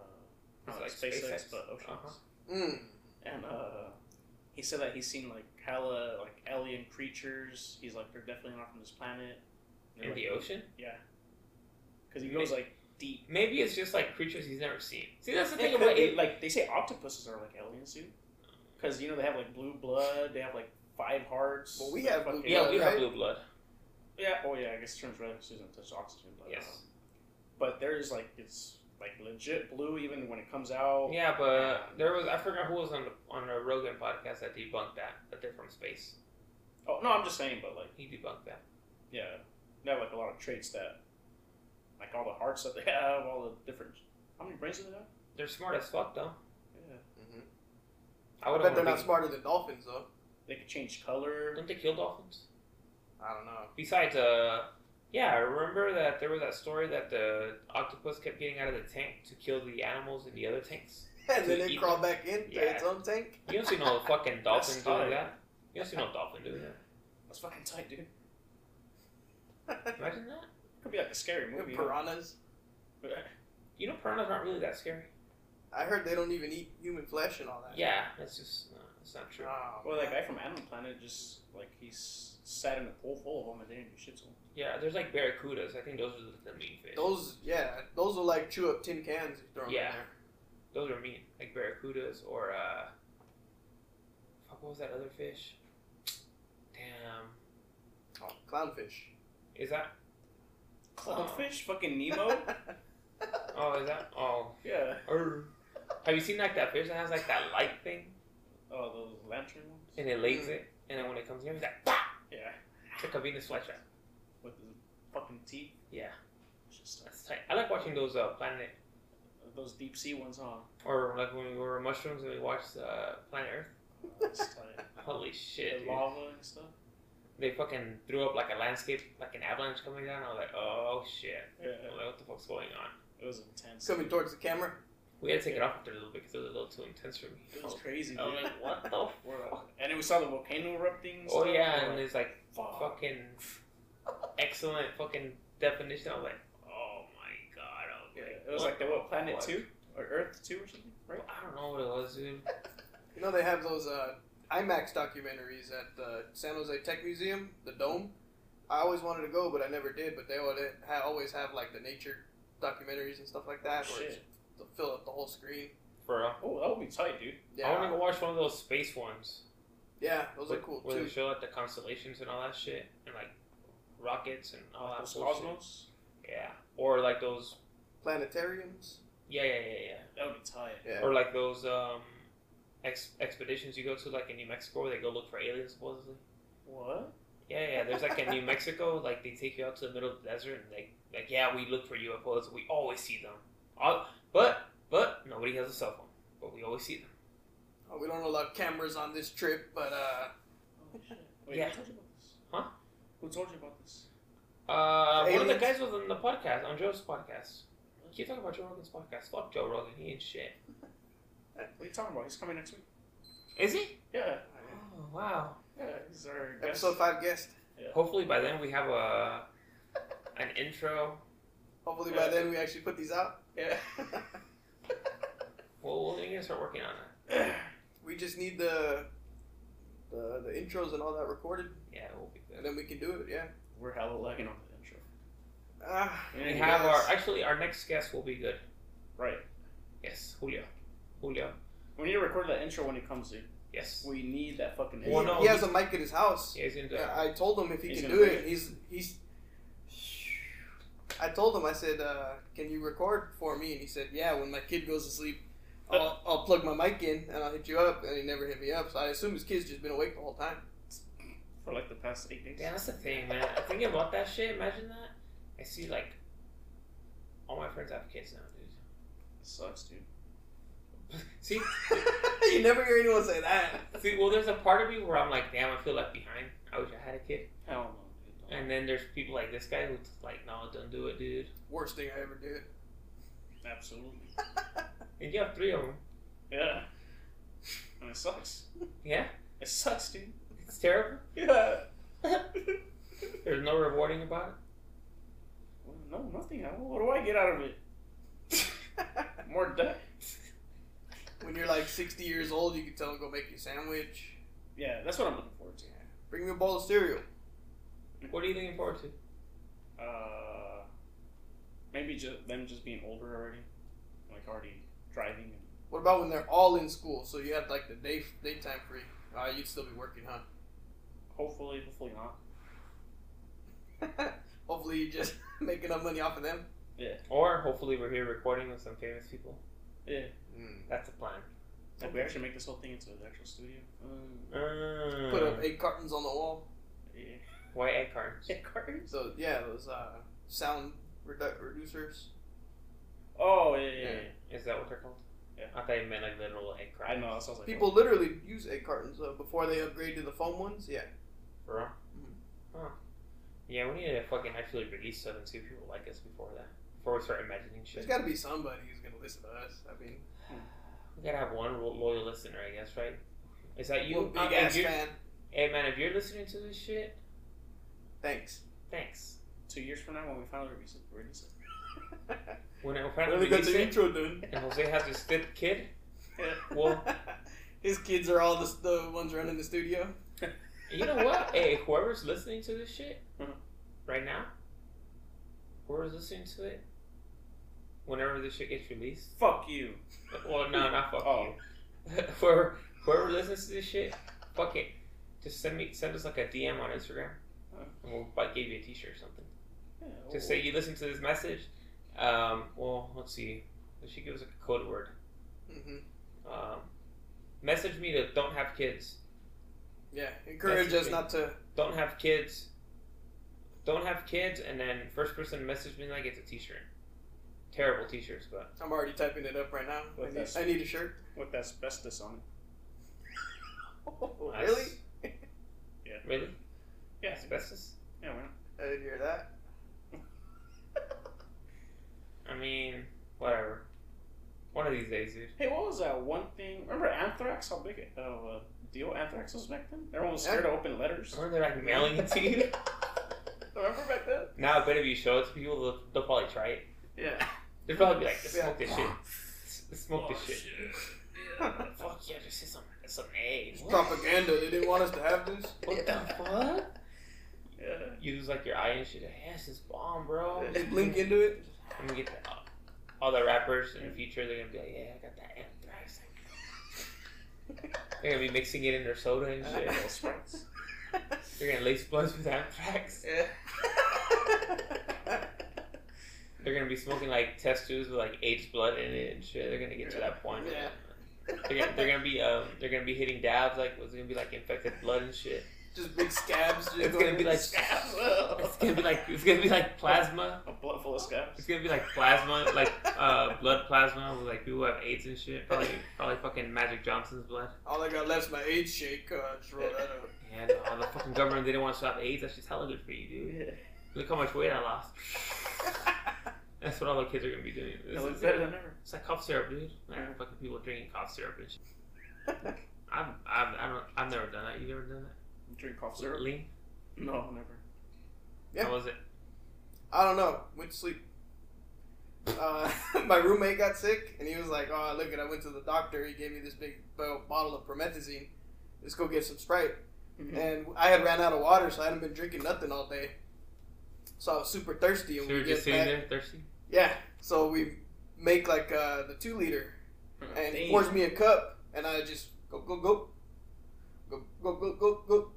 [SPEAKER 3] It's
[SPEAKER 1] not
[SPEAKER 3] like
[SPEAKER 1] SpaceX,
[SPEAKER 3] SpaceX.
[SPEAKER 1] but Ocean
[SPEAKER 3] Uh-huh.
[SPEAKER 1] X.
[SPEAKER 2] Mm.
[SPEAKER 1] And uh, he said that he's seen like hella like alien creatures. He's like they're definitely not from this planet.
[SPEAKER 3] In the ocean?
[SPEAKER 1] Yeah. Because he goes like deep.
[SPEAKER 3] Maybe it's just like creatures he's never seen. See, that's the
[SPEAKER 1] It
[SPEAKER 3] thing
[SPEAKER 1] could
[SPEAKER 3] about
[SPEAKER 1] be,
[SPEAKER 3] it.
[SPEAKER 1] like they say octopuses are like aliens too, because you know they have like blue blood. They have like five hearts.
[SPEAKER 2] Well, we
[SPEAKER 1] they're
[SPEAKER 2] have blue
[SPEAKER 1] fucking-
[SPEAKER 2] blood.
[SPEAKER 3] Yeah, we have
[SPEAKER 2] right?
[SPEAKER 3] blue blood.
[SPEAKER 1] Yeah. Oh yeah, I guess it turns red because it doesn't touch oxygen. But,
[SPEAKER 3] Yes.
[SPEAKER 1] um, but there's like it's like legit blue even when it comes out.
[SPEAKER 3] Yeah, but there was I forgot who was on the, on a Rogan podcast that debunked that that they're from space.
[SPEAKER 1] Oh no, I'm just saying. But like
[SPEAKER 3] He debunked that.
[SPEAKER 1] yeah, they have like a lot of traits that, like all the hearts that they have, all the different. How many brains do they have?
[SPEAKER 3] They're smart as fuck though.
[SPEAKER 1] Yeah.
[SPEAKER 2] hmm
[SPEAKER 3] I
[SPEAKER 2] I
[SPEAKER 3] would
[SPEAKER 2] bet they're not smarter than dolphins, though.
[SPEAKER 1] They could change color.
[SPEAKER 3] Don't they kill dolphins?
[SPEAKER 2] I don't know. <laughs>
[SPEAKER 3] Besides, uh, yeah, I remember that there was that story that the octopus kept getting out of the tank to kill the animals in the other tanks.
[SPEAKER 2] And then
[SPEAKER 3] To
[SPEAKER 2] it
[SPEAKER 3] eat-
[SPEAKER 2] crawled back into
[SPEAKER 3] Yeah.
[SPEAKER 2] its own tank.
[SPEAKER 3] You don't
[SPEAKER 2] <laughs>
[SPEAKER 3] see no fucking dolphin
[SPEAKER 1] That's
[SPEAKER 3] doing
[SPEAKER 1] tight.
[SPEAKER 3] that. You don't see no dolphin doing that.
[SPEAKER 1] That's fucking tight, dude.
[SPEAKER 3] Imagine that.
[SPEAKER 1] Could be like a scary movie. huh?
[SPEAKER 2] Piranhas.
[SPEAKER 3] You know, piranhas aren't really that scary.
[SPEAKER 2] I heard they don't even eat human flesh and all that.
[SPEAKER 3] Yeah, that's just no, that's not true.
[SPEAKER 2] Oh,
[SPEAKER 1] <laughs> Well, that
[SPEAKER 2] man.
[SPEAKER 1] guy from Animal Planet just like he's sat in a pool full of them and they didn't do shit to him.
[SPEAKER 3] Yeah, there's like barracudas. I think those are the- the mean fish.
[SPEAKER 2] Those, yeah, those will like chew up tin cans if you throw them
[SPEAKER 3] Yeah.
[SPEAKER 2] in there.
[SPEAKER 3] Those are mean, like barracudas or uh, fuck, what was that other fish? Damn,
[SPEAKER 2] Oh, clownfish.
[SPEAKER 3] is that?
[SPEAKER 1] Clownfish, fucking
[SPEAKER 2] <laughs>
[SPEAKER 1] Nemo.
[SPEAKER 3] Oh, is that? Oh,
[SPEAKER 1] yeah.
[SPEAKER 3] er. have you seen like that fish that has like that light thing
[SPEAKER 1] Oh, those lantern ones.
[SPEAKER 3] and it lays it, and then when it comes near, it's like, bah!
[SPEAKER 1] Yeah.
[SPEAKER 3] it's like a Venus flytrap.
[SPEAKER 1] With the fucking teeth.
[SPEAKER 3] Yeah.
[SPEAKER 1] It's just
[SPEAKER 3] That's tight. I like watching those uh, Planet
[SPEAKER 1] uh, those deep sea ones,
[SPEAKER 3] <laughs>
[SPEAKER 1] huh?
[SPEAKER 3] or like when we were mushrooms and we watched uh, Planet Earth.
[SPEAKER 1] It's tight.
[SPEAKER 3] Holy shit!
[SPEAKER 1] uh, the
[SPEAKER 3] dude.
[SPEAKER 1] lava and stuff.
[SPEAKER 3] They fucking threw up like a landscape, like an avalanche coming down. I was like, oh shit!
[SPEAKER 1] Yeah,
[SPEAKER 3] I was like, what the fuck's going on?
[SPEAKER 1] it was intense.
[SPEAKER 2] Coming towards the camera.
[SPEAKER 3] We had to take it off after a little bit because it was a little too intense for me.
[SPEAKER 1] <laughs> It was crazy, dude.
[SPEAKER 3] I was like, what the? F-?
[SPEAKER 1] <laughs> We're, uh, and then we saw the volcano erupting. And
[SPEAKER 3] Oh
[SPEAKER 1] stuff.
[SPEAKER 3] yeah,
[SPEAKER 1] We're
[SPEAKER 3] and
[SPEAKER 1] like,
[SPEAKER 3] it's like
[SPEAKER 1] fuck.
[SPEAKER 3] fucking excellent fucking definition. I was like, oh my god! I was
[SPEAKER 1] Yeah,
[SPEAKER 3] like,
[SPEAKER 1] it was like the what planet
[SPEAKER 3] fuck?
[SPEAKER 1] two or Earth two or something, right?
[SPEAKER 3] I don't know what it was, dude.
[SPEAKER 2] You know they have those uh, IMAX documentaries at the San Jose Tech Museum, the Dome. I always wanted to go, but I never did. But they would ha- always have like the nature documentaries and stuff like that,
[SPEAKER 1] Oh,
[SPEAKER 2] where it's
[SPEAKER 1] shit.
[SPEAKER 2] to fill up the whole screen.
[SPEAKER 3] For
[SPEAKER 1] <laughs>
[SPEAKER 3] real.
[SPEAKER 1] Oh, that would be tight, dude.
[SPEAKER 3] I want to
[SPEAKER 2] Yeah,
[SPEAKER 3] go watch one of those space ones.
[SPEAKER 2] yeah, those are
[SPEAKER 3] Where-
[SPEAKER 2] cool
[SPEAKER 3] Where
[SPEAKER 2] too.
[SPEAKER 3] they show like the constellations and all that shit, and like rockets and all Oh, that
[SPEAKER 1] Those
[SPEAKER 3] bullshit.
[SPEAKER 1] cosmos.
[SPEAKER 3] Yeah, or like those.
[SPEAKER 2] Planetariums.
[SPEAKER 3] Yeah, yeah, yeah, yeah.
[SPEAKER 1] That would be tight.
[SPEAKER 2] Yeah.
[SPEAKER 3] Or like those um, ex- expeditions you go to, like in New Mexico, where they go look for aliens supposedly.
[SPEAKER 1] What?
[SPEAKER 3] Yeah, yeah. There's like in New Mexico, <laughs> like they take you out to the middle of the desert, and they like, yeah, we look for UFOs. We always see them. All, but but nobody has a cell phone. But we always see them.
[SPEAKER 2] Oh, we don't allow cameras on this trip, but uh,
[SPEAKER 3] <laughs>
[SPEAKER 1] Oh, shit. Wait,
[SPEAKER 3] Yeah.
[SPEAKER 1] who told you about this?
[SPEAKER 3] Huh?
[SPEAKER 1] Who told you about this?
[SPEAKER 3] Uh, one of the
[SPEAKER 2] Aliens.
[SPEAKER 3] guys was on the podcast, on Joe's podcast. Keep talking about Joe Rogan's podcast. Fuck Joe Rogan. He ain't shit.
[SPEAKER 1] What are you talking about? He's coming next week.
[SPEAKER 3] Is he?
[SPEAKER 1] Yeah,
[SPEAKER 3] Oh, wow.
[SPEAKER 1] yeah, he's our guest.
[SPEAKER 2] episode five guest.
[SPEAKER 3] Hopefully by then we have a an intro.
[SPEAKER 2] Hopefully
[SPEAKER 1] Yeah.
[SPEAKER 2] by then we actually put these out. <laughs>
[SPEAKER 1] Yeah. <laughs>
[SPEAKER 3] Well, we're gonna start working on it.
[SPEAKER 2] We just need the the, the intros and all that recorded,
[SPEAKER 3] Yeah, we'll be
[SPEAKER 2] and
[SPEAKER 3] good.
[SPEAKER 2] then we can do it. Yeah.
[SPEAKER 1] We're hella lagging on the intro.
[SPEAKER 2] Ah,
[SPEAKER 3] We
[SPEAKER 1] Yeah,
[SPEAKER 3] have
[SPEAKER 2] yes.
[SPEAKER 3] our actually our next guest will be good.
[SPEAKER 1] Right.
[SPEAKER 3] Yes, Julio. Julio.
[SPEAKER 1] We need to record that intro when he comes in.
[SPEAKER 3] Yes.
[SPEAKER 1] We need that fucking
[SPEAKER 2] He,
[SPEAKER 1] intro.
[SPEAKER 3] Well, no,
[SPEAKER 2] he has a mic at his house.
[SPEAKER 3] Yeah, he's gonna do it.
[SPEAKER 2] Yeah, I told him if he
[SPEAKER 1] He's
[SPEAKER 2] can
[SPEAKER 1] gonna
[SPEAKER 2] do
[SPEAKER 1] bring
[SPEAKER 2] it, he's he's. I told him I said, uh, "Can you record for me?" And he said, "Yeah, when my kid goes to sleep,
[SPEAKER 3] <laughs>
[SPEAKER 2] I'll, I'll plug my mic in and I'll hit you up." And he never hit me up, so I assume his kid's just been awake the whole
[SPEAKER 3] <laughs>
[SPEAKER 2] time.
[SPEAKER 1] For like the past eight days.
[SPEAKER 3] Damn, that's the thing, man. Thinking about that shit, imagine that. I see like all my friends have kids now, dude. <laughs>
[SPEAKER 1] It sucks, dude.
[SPEAKER 3] See,
[SPEAKER 2] you never hear anyone say that.
[SPEAKER 3] see, well, there's a part of me where I'm like, damn, I feel left behind. I wish I had a kid.
[SPEAKER 1] Hell no, dude.
[SPEAKER 3] And then there's people like this guy who's like, no, don't do it, dude.
[SPEAKER 2] Worst thing I ever did. <laughs>
[SPEAKER 1] Absolutely.
[SPEAKER 3] And you have three of them.
[SPEAKER 1] Yeah. And it sucks.
[SPEAKER 3] Yeah,
[SPEAKER 1] It sucks, dude.
[SPEAKER 3] it's terrible.
[SPEAKER 1] Yeah. <laughs>
[SPEAKER 3] There's no rewarding about
[SPEAKER 1] Well, no, nothing. I- What do I get out of it? More debt.
[SPEAKER 2] when you're like 60 years old, you can tell him go make you a sandwich.
[SPEAKER 1] Yeah, that's what I'm looking forward to.
[SPEAKER 2] Bring me a bowl of cereal.
[SPEAKER 3] it. What are you looking forward to?
[SPEAKER 1] Uh, maybe just them just being older already, like already driving. And,
[SPEAKER 2] What about when they're all in school? So you have like the day daytime free. Uh, you'd still be working, huh?
[SPEAKER 1] hopefully, hopefully not.
[SPEAKER 2] <laughs> Hopefully, you're just making up money off of them.
[SPEAKER 3] Or hopefully we're here recording with some famous people.
[SPEAKER 1] Yeah.
[SPEAKER 3] That's the plan.
[SPEAKER 1] Like we actually make this whole thing into an actual studio. Uh,
[SPEAKER 3] Mm.
[SPEAKER 2] Put up eight cartons on the wall.
[SPEAKER 1] yeah.
[SPEAKER 3] White egg cartons.
[SPEAKER 1] cartons.
[SPEAKER 2] So yeah, those uh, sound redu- reducers.
[SPEAKER 1] Oh yeah, yeah, yeah.
[SPEAKER 2] Yeah.
[SPEAKER 3] Is that what they're called?
[SPEAKER 1] Yeah.
[SPEAKER 3] I thought you meant like literal egg
[SPEAKER 1] I
[SPEAKER 3] cartons.
[SPEAKER 1] know. That sounds like
[SPEAKER 2] People literally use egg cartons uh, before they upgrade to the foam ones. Yeah,
[SPEAKER 3] For real?
[SPEAKER 2] Mhm.
[SPEAKER 3] Huh. Yeah, we need to fucking actually release stuff and see if people like us before that. Before we start imagining
[SPEAKER 2] there's
[SPEAKER 3] shit.
[SPEAKER 2] got to be somebody who's gonna listen to us. I mean,
[SPEAKER 3] We gotta have one lo- loyal listener, I guess, right? Is that you?
[SPEAKER 2] you a big
[SPEAKER 3] Uh, if
[SPEAKER 2] ass
[SPEAKER 3] you're-
[SPEAKER 2] fan.
[SPEAKER 3] Hey man, if you're listening to this shit,
[SPEAKER 2] Thanks.
[SPEAKER 3] thanks.
[SPEAKER 1] Two years from now, when we finally release it, release it.
[SPEAKER 3] When I finally release it,
[SPEAKER 2] intro done.
[SPEAKER 3] and Jose has his fifth kid, Well-
[SPEAKER 2] <laughs> his kids are all the, the ones running the studio.
[SPEAKER 3] you know what? hey, whoever's listening to this shit
[SPEAKER 1] Mhm.
[SPEAKER 3] right now, whoever's listening to it, whenever this shit gets released,
[SPEAKER 1] Fuck you.
[SPEAKER 3] Well, no, not fuck
[SPEAKER 1] Oh.
[SPEAKER 3] you. <laughs> whoever, whoever listens to this shit, fuck it. Just send me, send us like a DM on Instagram, and we'll like give you a T-shirt or something.
[SPEAKER 1] Yeah,
[SPEAKER 3] Just say you listen to this message. Um, well, let's see. They should give us a code word.
[SPEAKER 2] hmm
[SPEAKER 3] Um, message me to don't have kids.
[SPEAKER 2] Yeah, encourage
[SPEAKER 3] That's
[SPEAKER 2] us
[SPEAKER 3] great.
[SPEAKER 2] not to.
[SPEAKER 3] Don't have kids. don't have kids, and then first person to message me that gets a T-shirt. Terrible T-shirts, but
[SPEAKER 2] I'm already typing it up right now. I
[SPEAKER 1] With
[SPEAKER 2] need,
[SPEAKER 1] this.
[SPEAKER 2] I need a shirt. <laughs>
[SPEAKER 1] with asbestos on
[SPEAKER 2] Oh,
[SPEAKER 3] Nice.
[SPEAKER 2] really?
[SPEAKER 1] Yeah.
[SPEAKER 3] really,
[SPEAKER 1] it. Yeah,
[SPEAKER 3] asbestos.
[SPEAKER 1] yeah, why not?
[SPEAKER 2] I didn't hear that.
[SPEAKER 3] I mean, whatever. One of these days, dude.
[SPEAKER 1] Hey, what was that one thing? Remember anthrax? How big of a deal anthrax was back then? Everyone was scared to open letters.
[SPEAKER 3] Or they're like mailing it to you.
[SPEAKER 1] Remember back then?
[SPEAKER 3] now, but if you show it to people, they'll, they'll probably try it.
[SPEAKER 2] Yeah.
[SPEAKER 3] They'll probably be like,
[SPEAKER 2] Yeah.
[SPEAKER 3] "Smoke this shit. S- Smoke this shit."
[SPEAKER 2] Yeah.
[SPEAKER 3] Fuck yeah, this is some some A.
[SPEAKER 2] It's
[SPEAKER 3] What?
[SPEAKER 2] propaganda. They didn't want us to have this.
[SPEAKER 3] What the fuck?
[SPEAKER 1] <laughs> Yeah.
[SPEAKER 3] You lose like your eye and shit. Like, yes, it's bomb, bro.
[SPEAKER 2] <laughs> They blink into
[SPEAKER 3] <laughs>
[SPEAKER 2] it.
[SPEAKER 3] I'm gonna get that. All the rappers in the future, they're gonna be like, yeah, I got that anthrax.
[SPEAKER 2] <laughs>
[SPEAKER 3] They're gonna be mixing it in their soda and shit.
[SPEAKER 1] <laughs> Little sprites.
[SPEAKER 3] They're gonna lace blunts with anthrax.
[SPEAKER 2] Yeah.
[SPEAKER 3] They're gonna be smoking like test tubes with like AIDS blood in it and shit. They're gonna get to that point.
[SPEAKER 2] Yeah.
[SPEAKER 3] They're gonna, they're gonna be um they're gonna be hitting dabs like it's gonna be like infected blood and shit.
[SPEAKER 2] just big scabs. Just
[SPEAKER 3] It's gonna be like it's gonna be like it's gonna be like plasma.
[SPEAKER 1] <laughs> a blood full of scabs.
[SPEAKER 3] It's gonna be like plasma, like uh blood plasma with like people who have AIDS and shit. Probably probably fucking Magic Johnson's blood.
[SPEAKER 2] All I got left's my AIDS shake. Uh, just roll that up.
[SPEAKER 3] And uh, the fucking government they didn't want to stop AIDS. That shit's hella good for you, dude. Look how much weight I lost. <laughs> That's what all the kids are gonna be doing. This
[SPEAKER 1] It looks
[SPEAKER 3] is-
[SPEAKER 1] better than ever.
[SPEAKER 3] It's like cough syrup, dude. Like fucking people drinking cough syrup
[SPEAKER 1] <laughs>
[SPEAKER 3] and shit. I've, I've, I don't, I've never done that. You never done that?
[SPEAKER 1] Drink cough syrup.
[SPEAKER 3] Lean?
[SPEAKER 1] No, never.
[SPEAKER 2] Yeah.
[SPEAKER 3] How was it?
[SPEAKER 2] I don't know. Went to sleep. Uh, <laughs> my roommate got sick, and he was like, "Oh, look it! I went to the doctor. He gave me this big bo- bottle of promethazine. Let's go get some Sprite."
[SPEAKER 3] Mm-hmm.
[SPEAKER 2] And I had ran out of water, so I hadn't been drinking nothing all day. So I was super thirsty,
[SPEAKER 3] So
[SPEAKER 2] and
[SPEAKER 3] you were
[SPEAKER 2] we
[SPEAKER 3] just
[SPEAKER 2] get
[SPEAKER 3] sitting
[SPEAKER 2] back.
[SPEAKER 3] there thirsty?
[SPEAKER 2] Yeah. So we make like uh, the two liter, and he
[SPEAKER 1] Damn.
[SPEAKER 2] pours me a cup, and I just go go go, go go go go go,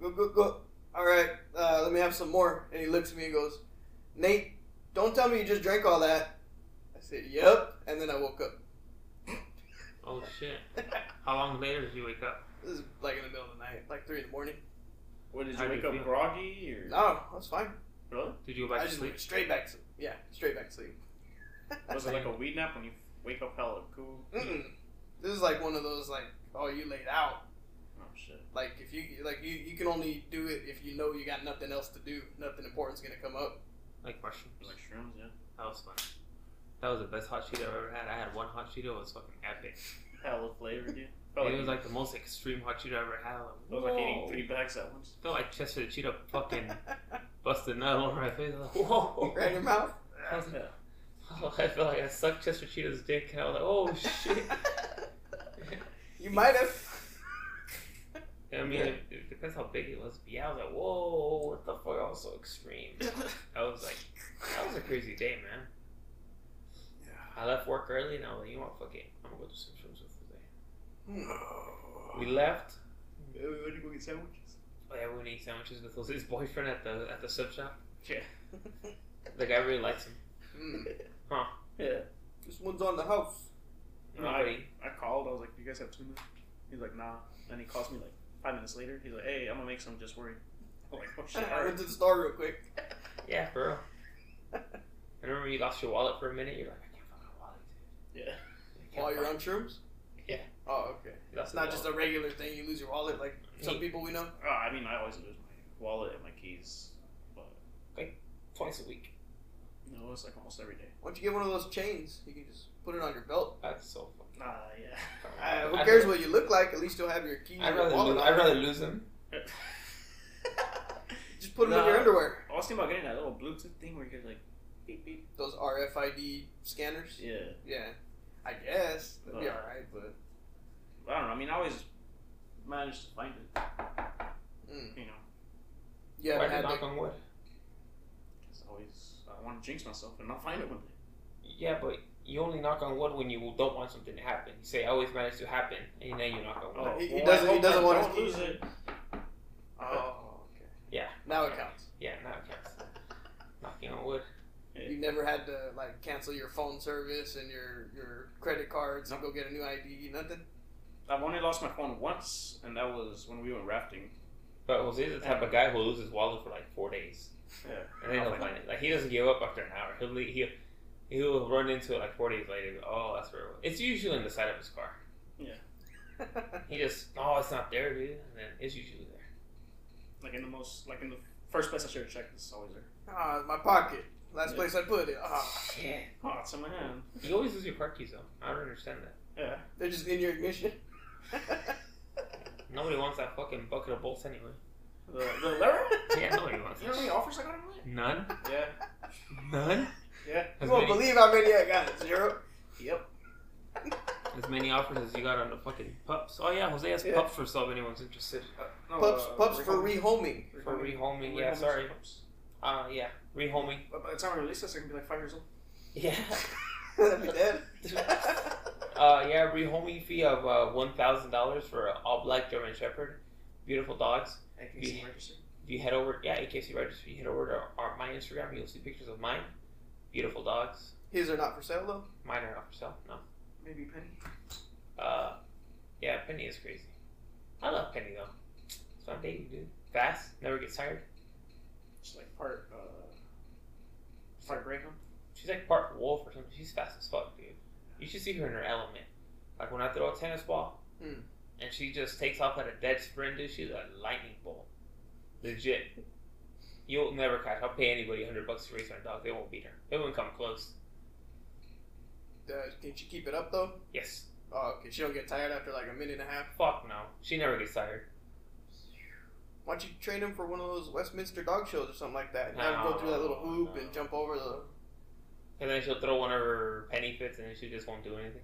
[SPEAKER 2] go go go. All right, uh, let me have some more. And he looks at me and goes, Nate, don't tell me you just drank all that. I said, Yep. And then I woke up. <laughs>
[SPEAKER 3] Oh shit. How long later did you wake up?
[SPEAKER 2] This is like in the middle of the night, like three in the morning.
[SPEAKER 1] What did
[SPEAKER 3] How
[SPEAKER 1] you
[SPEAKER 3] do
[SPEAKER 1] wake
[SPEAKER 3] you
[SPEAKER 1] up
[SPEAKER 3] feel?
[SPEAKER 1] groggy or
[SPEAKER 2] No, that's fine.
[SPEAKER 1] really?
[SPEAKER 3] Did you go
[SPEAKER 2] I
[SPEAKER 3] back to
[SPEAKER 2] just
[SPEAKER 3] sleep?
[SPEAKER 2] went straight back to yeah, straight back to sleep. <laughs>
[SPEAKER 1] Was it like a weed nap when you wake up hella cool?
[SPEAKER 2] Mm-mm. This is like one of those like, oh, you laid out.
[SPEAKER 1] Oh shit.
[SPEAKER 2] Like if you like you, you can only do it if you know you got nothing else to do. Nothing important's gonna come up.
[SPEAKER 3] Like mushrooms.
[SPEAKER 1] Like shrooms, yeah.
[SPEAKER 3] That was fun. That was the best hot Cheeto I've ever had. I had one hot Cheeto. It was fucking epic.
[SPEAKER 1] Hella flavor,
[SPEAKER 3] <laughs>
[SPEAKER 1] dude. Felt
[SPEAKER 3] It was like the most extreme hot Cheeto I ever had.
[SPEAKER 1] it was like eating
[SPEAKER 3] whoa.
[SPEAKER 1] three bags at once.
[SPEAKER 3] Felt like Chester the Cheeto fucking busted nut all over my face. I was like, whoa.
[SPEAKER 2] <laughs> right in your mouth.
[SPEAKER 3] I
[SPEAKER 1] <laughs>
[SPEAKER 3] was like,
[SPEAKER 1] Yeah.
[SPEAKER 3] oh, I felt like <laughs> I sucked Chester Cheeto's dick, and I was like, oh <laughs> shit.
[SPEAKER 2] you might have.
[SPEAKER 3] <laughs> I mean,
[SPEAKER 2] Yeah.
[SPEAKER 3] it, it depends how big it was. But yeah, I was like, whoa, what the fuck? I was so extreme. I was like, that was a crazy day, man. I left work early and I was like, you know what, fuck it. I'm gonna go do some shrooms with today.
[SPEAKER 2] Hmm. we
[SPEAKER 3] We left.
[SPEAKER 1] Where you go get sandwiches?
[SPEAKER 3] Oh, yeah, we went to eat sandwiches with Jose's boyfriend at the at the sub shop.
[SPEAKER 1] Yeah.
[SPEAKER 3] The guy really likes him.
[SPEAKER 1] Yeah.
[SPEAKER 2] This one's on the house.
[SPEAKER 1] No,
[SPEAKER 3] Nobody.
[SPEAKER 1] I called. I was like, "Do you guys have tuna?" He's like, "Nah." Then he calls me like five minutes later. He's like, "Hey, I'm gonna make some. Just worry." I'm like, "Oh <laughs> shit!"
[SPEAKER 2] I
[SPEAKER 1] All
[SPEAKER 2] went
[SPEAKER 1] right.
[SPEAKER 2] to the store real quick.
[SPEAKER 3] Yeah, for real. I remember you lost your wallet for a minute. You're like, I can't find my wallet.
[SPEAKER 1] Yeah.
[SPEAKER 3] dude. I can't
[SPEAKER 2] While you're
[SPEAKER 3] find-
[SPEAKER 2] on shrooms.
[SPEAKER 3] Yeah.
[SPEAKER 2] Oh, okay.
[SPEAKER 3] You lost
[SPEAKER 2] It's not
[SPEAKER 3] your
[SPEAKER 2] just
[SPEAKER 3] wallet.
[SPEAKER 2] a regular thing. You lose your wallet, like some
[SPEAKER 3] Yeah.
[SPEAKER 2] people we know.
[SPEAKER 1] Oh, I mean, I always lose my wallet and my keys, but
[SPEAKER 3] twice a week.
[SPEAKER 1] no, it's like almost every day.
[SPEAKER 2] Once you get one of those chains, you can just put it on your belt.
[SPEAKER 3] That's so fucking.
[SPEAKER 1] Nah, Ah, <laughs> yeah.
[SPEAKER 2] Uh, who
[SPEAKER 3] I'd
[SPEAKER 2] cares
[SPEAKER 3] rather-
[SPEAKER 2] what you look like? At least you'll have your keys. and
[SPEAKER 3] I'd
[SPEAKER 2] your
[SPEAKER 3] rather
[SPEAKER 2] wallet
[SPEAKER 3] lose,
[SPEAKER 2] on.
[SPEAKER 3] I'd rather lose them.
[SPEAKER 2] Just put them in your
[SPEAKER 1] Nah.
[SPEAKER 2] underwear.
[SPEAKER 1] I was thinking about getting that little Bluetooth thing where you could like beep beep.
[SPEAKER 2] Those RFID scanners.
[SPEAKER 1] Yeah.
[SPEAKER 2] Yeah, I guess that'd be
[SPEAKER 1] Uh.
[SPEAKER 2] all right, but
[SPEAKER 1] I don't know. I mean, I always managed to find it.
[SPEAKER 2] Mm.
[SPEAKER 1] You know,
[SPEAKER 2] yeah,
[SPEAKER 3] Why
[SPEAKER 2] I
[SPEAKER 3] do you
[SPEAKER 2] had like,
[SPEAKER 3] knock on wood?
[SPEAKER 1] because always I want to jinx myself and not find it one day.
[SPEAKER 3] Yeah, but you only knock on wood when you don't want something to happen. You say, "I always manage to happen," and then you knock on wood.
[SPEAKER 2] Oh, he- he
[SPEAKER 1] I
[SPEAKER 2] doesn't- he
[SPEAKER 1] hope I
[SPEAKER 2] doesn't want his
[SPEAKER 1] don't
[SPEAKER 2] keys.
[SPEAKER 1] lose it.
[SPEAKER 2] oh, okay,
[SPEAKER 3] Yeah.
[SPEAKER 2] now it counts.
[SPEAKER 3] Yeah, now it counts. Knocking on wood.
[SPEAKER 2] You never had to like cancel your phone service and your your credit cards and go get a new ID, nothing. <laughs>
[SPEAKER 1] I've only lost my phone once, and that was when we went rafting.
[SPEAKER 3] But Jose's the type of guy who loses his wallet for like four days,
[SPEAKER 1] Yeah.
[SPEAKER 3] and
[SPEAKER 2] Oh
[SPEAKER 3] then he'll find it. Like he doesn't give up after an hour. He'll le- he'll he'll run into it like four days later. and go, Oh, that's where it was. It's usually in the side of his car. He just oh, it's not there, dude. And then it's usually there.
[SPEAKER 1] Like in the most, like in the first place I should have checked, it's always there.
[SPEAKER 2] Ah, it's my pocket. Last
[SPEAKER 1] Yeah.
[SPEAKER 2] place I put it. Ah,
[SPEAKER 3] Yeah.
[SPEAKER 1] Oh, it's in my hand.
[SPEAKER 3] You always lose your car keys though. I don't understand that.
[SPEAKER 1] Yeah.
[SPEAKER 2] they're just in your ignition.
[SPEAKER 3] Nobody wants that fucking bucket of bolts anyway.
[SPEAKER 1] The, the Lero?
[SPEAKER 3] <laughs> Yeah, nobody wants
[SPEAKER 1] You know how many
[SPEAKER 3] it.
[SPEAKER 1] offers I got on that?
[SPEAKER 3] None.
[SPEAKER 1] Yeah.
[SPEAKER 3] None.
[SPEAKER 1] Yeah.
[SPEAKER 3] As
[SPEAKER 2] you won't
[SPEAKER 3] many,
[SPEAKER 2] believe how many I got. Zero.
[SPEAKER 1] Yep.
[SPEAKER 3] as many offers as you got on the fucking pups. Oh yeah, Jose has
[SPEAKER 2] Yeah.
[SPEAKER 3] pups for sale if anyone's interested.
[SPEAKER 1] Uh, no,
[SPEAKER 2] Pups,
[SPEAKER 1] uh,
[SPEAKER 2] pups for
[SPEAKER 1] rehoming.
[SPEAKER 2] rehoming.
[SPEAKER 3] For
[SPEAKER 1] Rehoming.
[SPEAKER 3] rehoming, yeah,
[SPEAKER 1] Rehoming's
[SPEAKER 3] sorry.
[SPEAKER 1] pups.
[SPEAKER 3] Uh yeah, rehoming.
[SPEAKER 1] But by the time I release this, I can be like five years old.
[SPEAKER 3] Yeah.
[SPEAKER 2] That'd be dead.
[SPEAKER 3] <laughs> Uh yeah, rehoming fee of uh, one thousand dollars for an all black German Shepherd. Beautiful dogs.
[SPEAKER 1] I can
[SPEAKER 3] Yeah.
[SPEAKER 1] see register.
[SPEAKER 3] If you head over, yeah, AKC registry. Head over to our, my Instagram, you'll see pictures of mine. Beautiful dogs.
[SPEAKER 2] His are not for sale though.
[SPEAKER 3] Mine are not for sale. No.
[SPEAKER 1] Maybe Penny.
[SPEAKER 3] Uh, yeah, Penny is crazy. I love Penny though. It's my baby, dude. Fast, never gets tired.
[SPEAKER 1] She's like part, uh, part Greyhound.
[SPEAKER 3] She's like part wolf or something. She's fast as fuck, dude. You should see her in her element. Like when I throw a tennis ball,
[SPEAKER 2] Hmm.
[SPEAKER 3] and she just takes off at a dead sprint, dude. She's a lightning bolt. Legit. You'll never catch. I'll pay anybody hundred bucks to race my dog. They won't beat her. They won't come close.
[SPEAKER 2] Uh, can she keep it up though?
[SPEAKER 3] Yes.
[SPEAKER 2] Oh, okay. She don't get tired after like a minute and a half.
[SPEAKER 3] Fuck no. She never gets tired.
[SPEAKER 2] Why don't you train him for one of those Westminster dog shows or something like that? And have him go through that little hoop and jump over the.
[SPEAKER 3] And then she'll throw one of her penny fits, and then she just won't do anything.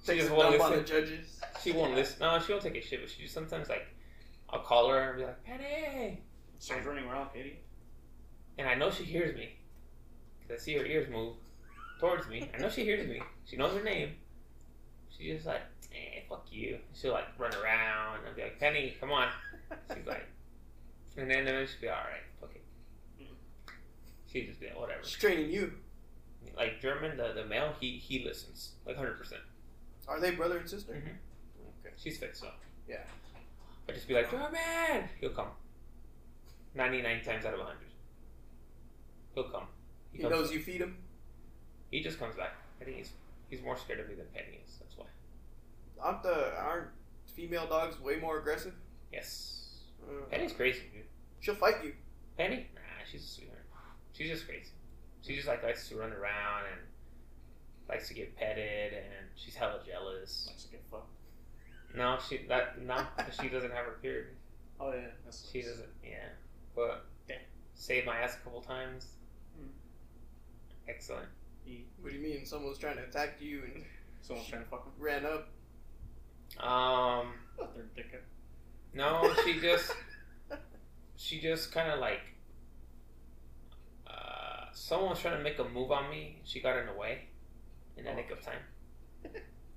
[SPEAKER 3] She
[SPEAKER 2] Take a
[SPEAKER 3] just won't
[SPEAKER 2] dump on the
[SPEAKER 3] listen.
[SPEAKER 2] judges.
[SPEAKER 3] She won't listen. No, she won't take a shit, but she just sometimes like, I'll call her and be like, Penny,
[SPEAKER 1] So she's running around, Katie.
[SPEAKER 3] and I know she hears me, cause I see her ears move towards me. I know she hears me. She knows her name. She's just like, eh, fuck you. She'll like run around. I'll be like, Penny, come on. She's like, and then eventually she'll be all right. Fuck it. She just be like, whatever.
[SPEAKER 2] She's training you.
[SPEAKER 3] Like German, the, the male, he he listens like hundred percent.
[SPEAKER 2] Are they brother and sister?
[SPEAKER 3] Mm-hmm. She's fixed up.
[SPEAKER 2] Yeah.
[SPEAKER 3] I just be like, German! He'll come. 99 times out of 100. He'll come. He,
[SPEAKER 2] He
[SPEAKER 3] comes,
[SPEAKER 2] knows you feed him.
[SPEAKER 3] he just comes back. I think he's he's more scared of me than Penny is. That's why.
[SPEAKER 2] Aren't the aren't female dogs way more aggressive?
[SPEAKER 3] Yes.
[SPEAKER 2] Uh,
[SPEAKER 3] Penny's crazy, dude.
[SPEAKER 2] she'll fight you.
[SPEAKER 3] Penny? Nah, she's a sweetheart. She's just crazy. She just like likes to run around and likes to get petted and she's hella jealous.
[SPEAKER 1] Likes to get fucked.
[SPEAKER 3] No, she that no, she doesn't have her period.
[SPEAKER 1] Oh yeah, that's
[SPEAKER 3] She doesn't. Yeah, but
[SPEAKER 1] Damn.
[SPEAKER 3] saved my ass a couple times.
[SPEAKER 1] Mm.
[SPEAKER 3] Excellent.
[SPEAKER 2] What do you mean? Someone's trying to attack you and
[SPEAKER 1] Someone's trying to fuck him. Oh,
[SPEAKER 2] ran up.
[SPEAKER 3] Um,
[SPEAKER 1] They're dickhead. <laughs>
[SPEAKER 3] no,
[SPEAKER 2] <laughs>
[SPEAKER 3] she just she just kind of like uh, someone was trying to make a move on me. She got in the way in the nick of time.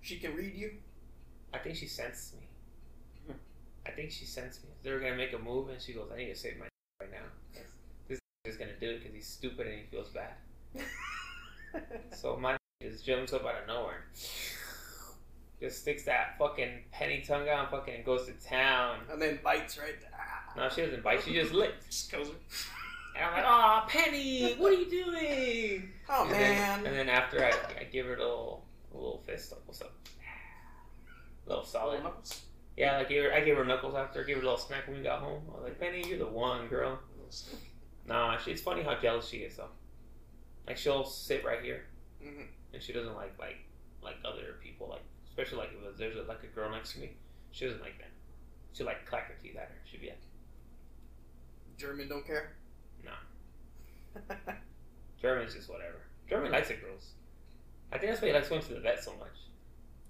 [SPEAKER 2] She can read you.
[SPEAKER 3] I think she sensed me.
[SPEAKER 1] Hmm.
[SPEAKER 3] I think she sensed me. They were gonna make a move, and she goes, "I need to save my <laughs> right now. 'cause This <laughs> is gonna do it because he's stupid and he feels bad." So my just jumps up out of nowhere, just sticks that fucking penny tongue out, and fucking goes to town.
[SPEAKER 2] <laughs> and then bites right. Ah.
[SPEAKER 3] No, she doesn't bite. She just licks.
[SPEAKER 1] Just kills her.
[SPEAKER 3] And I'm like, "Oh, Penny, what are you doing?"
[SPEAKER 2] Oh
[SPEAKER 3] and
[SPEAKER 2] man.
[SPEAKER 3] Then, and then after I, I give her a little, a little fist, like, what's up? Little solid.
[SPEAKER 1] Little knuckles.
[SPEAKER 3] Yeah, I gave her, I gave her knuckles after. I gave her a little smack when we got home. I was like, Penny, you're the one, girl.
[SPEAKER 1] Little stick.
[SPEAKER 3] Nah, she, it's funny how jealous she is though. Like she'll sit right here,
[SPEAKER 2] Mhm.
[SPEAKER 3] and she doesn't like like like other people. Like especially like if there's a, like a girl next to me, she doesn't like that. She like clack her teeth at her. She'd be like,
[SPEAKER 2] German don't care.
[SPEAKER 3] No.
[SPEAKER 2] No.
[SPEAKER 3] German's just whatever. German likes the girls. I think that's why he likes going to the vet so much.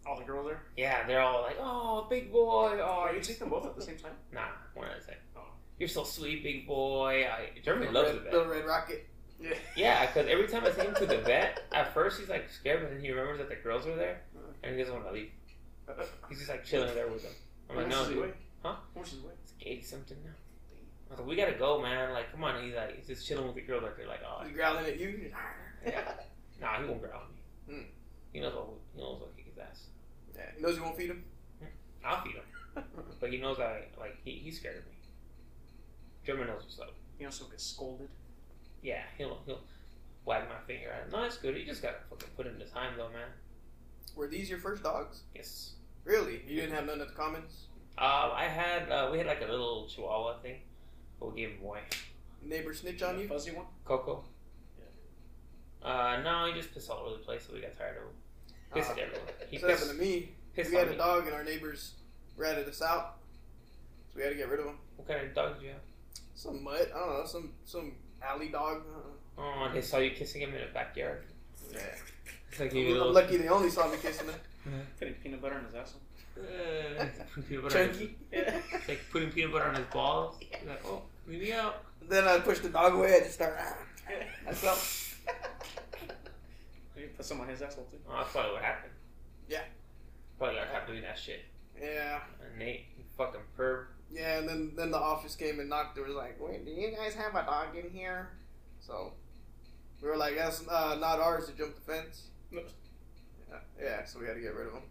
[SPEAKER 1] All the girls there.
[SPEAKER 3] Yeah, they're all like, oh, big boy, oh,
[SPEAKER 1] Oh, you
[SPEAKER 3] you
[SPEAKER 1] take them both at the same time?
[SPEAKER 3] <laughs> nah, one at a time.
[SPEAKER 1] Oh.
[SPEAKER 3] You're so sweet, big boy. I, German loves the
[SPEAKER 2] red,
[SPEAKER 3] vet.
[SPEAKER 2] little red rocket.
[SPEAKER 1] Yeah.
[SPEAKER 3] Yeah, because every time I take him to the vet, at first he's like scared, but then he remembers that the girls were there, and he doesn't want to leave. He's just like chilling there with them. I'm
[SPEAKER 1] How
[SPEAKER 3] like,
[SPEAKER 1] much
[SPEAKER 3] Oh, no,
[SPEAKER 1] does he
[SPEAKER 3] dude,
[SPEAKER 1] weigh?
[SPEAKER 3] Huh?
[SPEAKER 1] How much does he weigh?
[SPEAKER 3] it's eighty something now. I was like, we gotta go, man. Like, come on. And he's like, he's just chilling with the girl. Like, they're like, oh,
[SPEAKER 2] He's growling at you.
[SPEAKER 3] Yeah.
[SPEAKER 1] <laughs>
[SPEAKER 3] nah, he won't growl at me.
[SPEAKER 2] Mm.
[SPEAKER 3] He knows I'll, he knows I'll kick his ass.
[SPEAKER 2] Yeah, he knows you won't feed him.
[SPEAKER 3] I'll feed him, but he knows I like he, he's scared of me. German knows what's up.
[SPEAKER 1] He also gets scolded.
[SPEAKER 3] Yeah, he'll he'll wag my finger at him. No, it's good. You just gotta fucking put in the time though, man.
[SPEAKER 2] Were these your first dogs?
[SPEAKER 3] Yes.
[SPEAKER 2] Really? You didn't have none at the commons?
[SPEAKER 3] Um, I had uh, we had like a little Chihuahua thing. Who gave him away?
[SPEAKER 2] Neighbor snitch on
[SPEAKER 1] The
[SPEAKER 2] you?
[SPEAKER 1] fuzzy one.
[SPEAKER 3] Coco. Uh, no, he just pissed all over the place, so we got tired of him. Pissed
[SPEAKER 2] Ah.
[SPEAKER 3] everywhere. He
[SPEAKER 2] This happened
[SPEAKER 3] pissed,
[SPEAKER 2] to me.
[SPEAKER 3] pissed
[SPEAKER 2] we had
[SPEAKER 3] on
[SPEAKER 2] a
[SPEAKER 3] me.
[SPEAKER 2] dog and our neighbors ratted us out, so we had to get rid of him.
[SPEAKER 3] What kind of dog did you have?
[SPEAKER 2] Some mutt, I don't know, some some alley dog. I don't know.
[SPEAKER 3] Oh, and they saw you kissing him in the backyard.
[SPEAKER 2] Yeah.
[SPEAKER 3] It's like you
[SPEAKER 2] I'm
[SPEAKER 3] little. <laughs>
[SPEAKER 2] lucky they only saw me kissing him.
[SPEAKER 1] Putting peanut butter in his asshole. <laughs>
[SPEAKER 3] Uh, put peanut butter on his,
[SPEAKER 2] Chunky. <laughs>
[SPEAKER 3] it's like putting peanut butter on his balls. He's like, oh, leave me out.
[SPEAKER 2] Then I pushed the dog away. I just started. Ah. I felt.
[SPEAKER 1] Maybe put some on his asshole too. <laughs>
[SPEAKER 3] Oh, that's probably what happened.
[SPEAKER 2] Yeah.
[SPEAKER 3] Probably got caught doing that shit.
[SPEAKER 2] Yeah,
[SPEAKER 3] And Nate, you fucking perv.
[SPEAKER 2] yeah. And then then the office came and knocked. They was like, "Wait, do you guys have a dog in here?" So we were like, "That's uh, not ours to jump the fence."
[SPEAKER 1] Oops.
[SPEAKER 2] Yeah, yeah. So we had to get rid of him.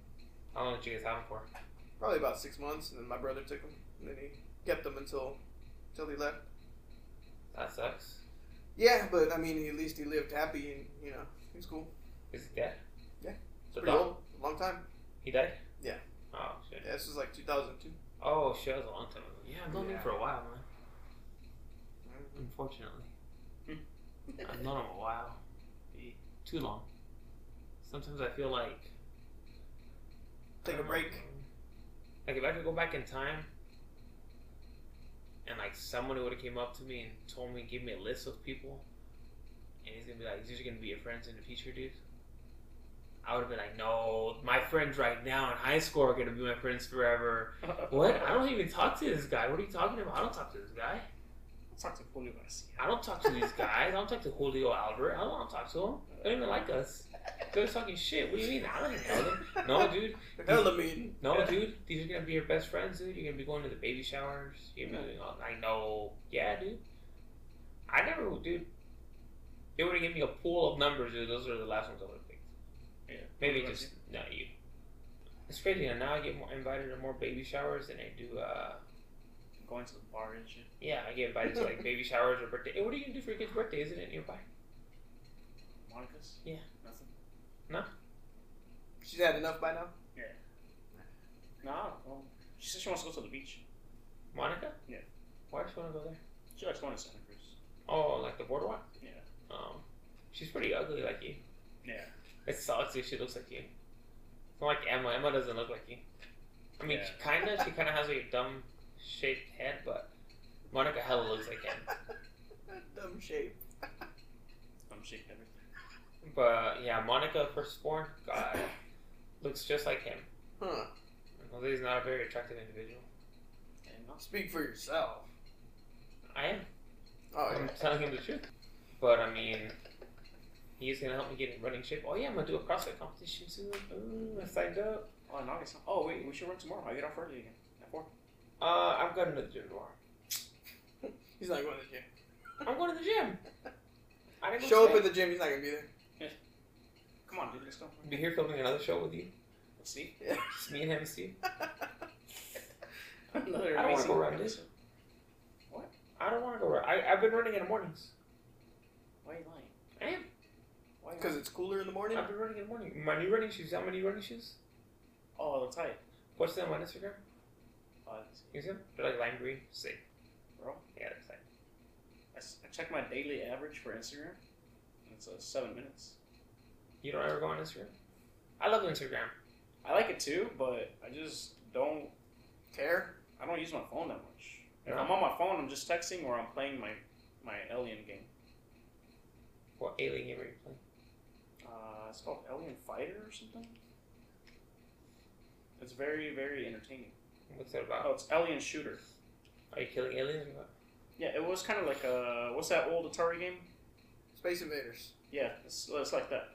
[SPEAKER 3] How long did you guys have him for?
[SPEAKER 2] Probably about six months, and then my brother took him, and then he kept him until until he left.
[SPEAKER 3] That sucks.
[SPEAKER 2] Yeah, but I mean, at least he lived happy, and you know, he was cool.
[SPEAKER 3] Is he dead?
[SPEAKER 2] Yeah.
[SPEAKER 3] The
[SPEAKER 2] Pretty
[SPEAKER 3] dog?
[SPEAKER 2] old, long time.
[SPEAKER 3] He died?
[SPEAKER 2] Yeah.
[SPEAKER 3] Oh, shit.
[SPEAKER 2] Yeah, this was like 2002.
[SPEAKER 3] Oh, shit, that was a long time ago. Yeah, I've known him
[SPEAKER 2] Yeah.
[SPEAKER 3] for a while, man. Unfortunately.
[SPEAKER 2] Hmm.
[SPEAKER 3] I've known him a while. Be- Too long. Sometimes I feel like.
[SPEAKER 2] Take a break.
[SPEAKER 3] Like, if I could go back in time and, like, someone would have came up to me and told me, give me a list of people, and he's gonna be like, these are gonna be your friends in the future, dude. I would have been like, no, my friends right now in high school are gonna be my friends forever. What? I don't even talk to this guy. What are you talking about? I don't talk to this guy.
[SPEAKER 1] Talk to Julio Garcia.
[SPEAKER 3] I don't talk to these guys. I don't talk to Julio Albert. I don't want to talk to them. They don't even like us. They're talking shit. What do you mean? I don't even know
[SPEAKER 2] <laughs>
[SPEAKER 3] them. No, dude.
[SPEAKER 2] Hell, I mean,
[SPEAKER 3] No, dude. These are gonna be your best friends, dude. You're gonna be going to the baby showers. You're gonna be doing all. I know. Yeah, dude. I never, would, dude. They would have given me a pool of numbers, dude. Those are the last ones I would have picked.
[SPEAKER 1] Yeah.
[SPEAKER 3] Maybe
[SPEAKER 1] Julio
[SPEAKER 3] just no you. It's crazy. You know, now I get more invited to more baby showers than I do. uh
[SPEAKER 1] Garcia. Going to the bar and shit.
[SPEAKER 3] Yeah, I get invited to like baby showers or birthday. Hey, what are you gonna do for your kid's birthday? Isn't it nearby?
[SPEAKER 1] Monica's?
[SPEAKER 3] Yeah.
[SPEAKER 1] Nothing.
[SPEAKER 2] she's had enough by now.
[SPEAKER 1] Nah, well, she said she wants to go to the beach.
[SPEAKER 3] Monica?
[SPEAKER 1] Yeah.
[SPEAKER 3] Why does she want to go there?
[SPEAKER 1] She likes going to Santa Cruz.
[SPEAKER 3] Oh, like the boardwalk?
[SPEAKER 1] Yeah.
[SPEAKER 3] Um, she's pretty ugly like you.
[SPEAKER 1] Yeah.
[SPEAKER 3] It sucks if she looks like you. It's not like Emma. Emma doesn't look like you. I mean,
[SPEAKER 1] Yeah.
[SPEAKER 3] she kind of. She kind of has like a dumb shaped head, but Monica hella looks like Emma.
[SPEAKER 2] <laughs> Dumb shape.
[SPEAKER 1] I'm shaking everything.
[SPEAKER 3] But yeah, Monica firstborn, God, looks just like him.
[SPEAKER 2] Huh.
[SPEAKER 3] Jose is not a very attractive individual.
[SPEAKER 1] And not
[SPEAKER 2] Speak for yourself.
[SPEAKER 3] I am.
[SPEAKER 2] Oh,
[SPEAKER 3] I'm
[SPEAKER 2] yeah.
[SPEAKER 3] telling him the truth. But I mean, he's gonna help me get in running shape. Oh yeah, I'm gonna do a CrossFit competition soon. Ooh, I signed up.
[SPEAKER 1] Oh, in August. huh? Oh, wait, we should run tomorrow. I get off early again. At 4.
[SPEAKER 3] Uh, I'm going to the gym tomorrow.
[SPEAKER 2] <laughs> He's not going to the gym.
[SPEAKER 3] I'm going to the gym. I didn't
[SPEAKER 2] Show up at the gym. He's not gonna be there.
[SPEAKER 1] Come on, dude, let's go.
[SPEAKER 3] Be here filming another show with you.
[SPEAKER 1] Let's see.
[SPEAKER 2] <laughs>
[SPEAKER 3] Just me and him, and Steve.
[SPEAKER 1] <laughs> Another <laughs>
[SPEAKER 3] I don't wanna
[SPEAKER 1] amazing
[SPEAKER 3] go around
[SPEAKER 1] episode.
[SPEAKER 3] I don't want to go run. I, I've been running in the mornings.
[SPEAKER 1] Why are you lying?
[SPEAKER 3] I am.
[SPEAKER 1] Why are you
[SPEAKER 2] Because
[SPEAKER 1] lying?
[SPEAKER 2] it's cooler in the morning.
[SPEAKER 3] I've been running in the morning. My new running shoes. How many running shoes?
[SPEAKER 1] Oh, they're tight.
[SPEAKER 3] Watch them on Instagram.
[SPEAKER 1] Oh, let's see.
[SPEAKER 3] You see them? They're like lime green. Sick.
[SPEAKER 1] Bro,
[SPEAKER 3] Yeah, that's like.
[SPEAKER 1] I, s- I checked my daily average for Instagram, and it's uh, 7 minutes.
[SPEAKER 3] You don't ever go on Instagram? I love Instagram.
[SPEAKER 1] I like it too, but I just don't.
[SPEAKER 2] Tear.
[SPEAKER 1] I don't use my phone that much. If
[SPEAKER 3] No.
[SPEAKER 1] I'm on my phone, I'm just texting or I'm playing my my alien game.
[SPEAKER 3] What alien game are you playing?
[SPEAKER 1] Uh, it's called Alien Fighter or something. It's very very entertaining.
[SPEAKER 3] What's that about?
[SPEAKER 1] Oh, it's Alien Shooter.
[SPEAKER 3] Are you killing aliens or what?
[SPEAKER 1] Yeah, it was kind of like uh, what's that old Atari game?
[SPEAKER 2] Space Invaders.
[SPEAKER 1] Yeah, it's, it's like that.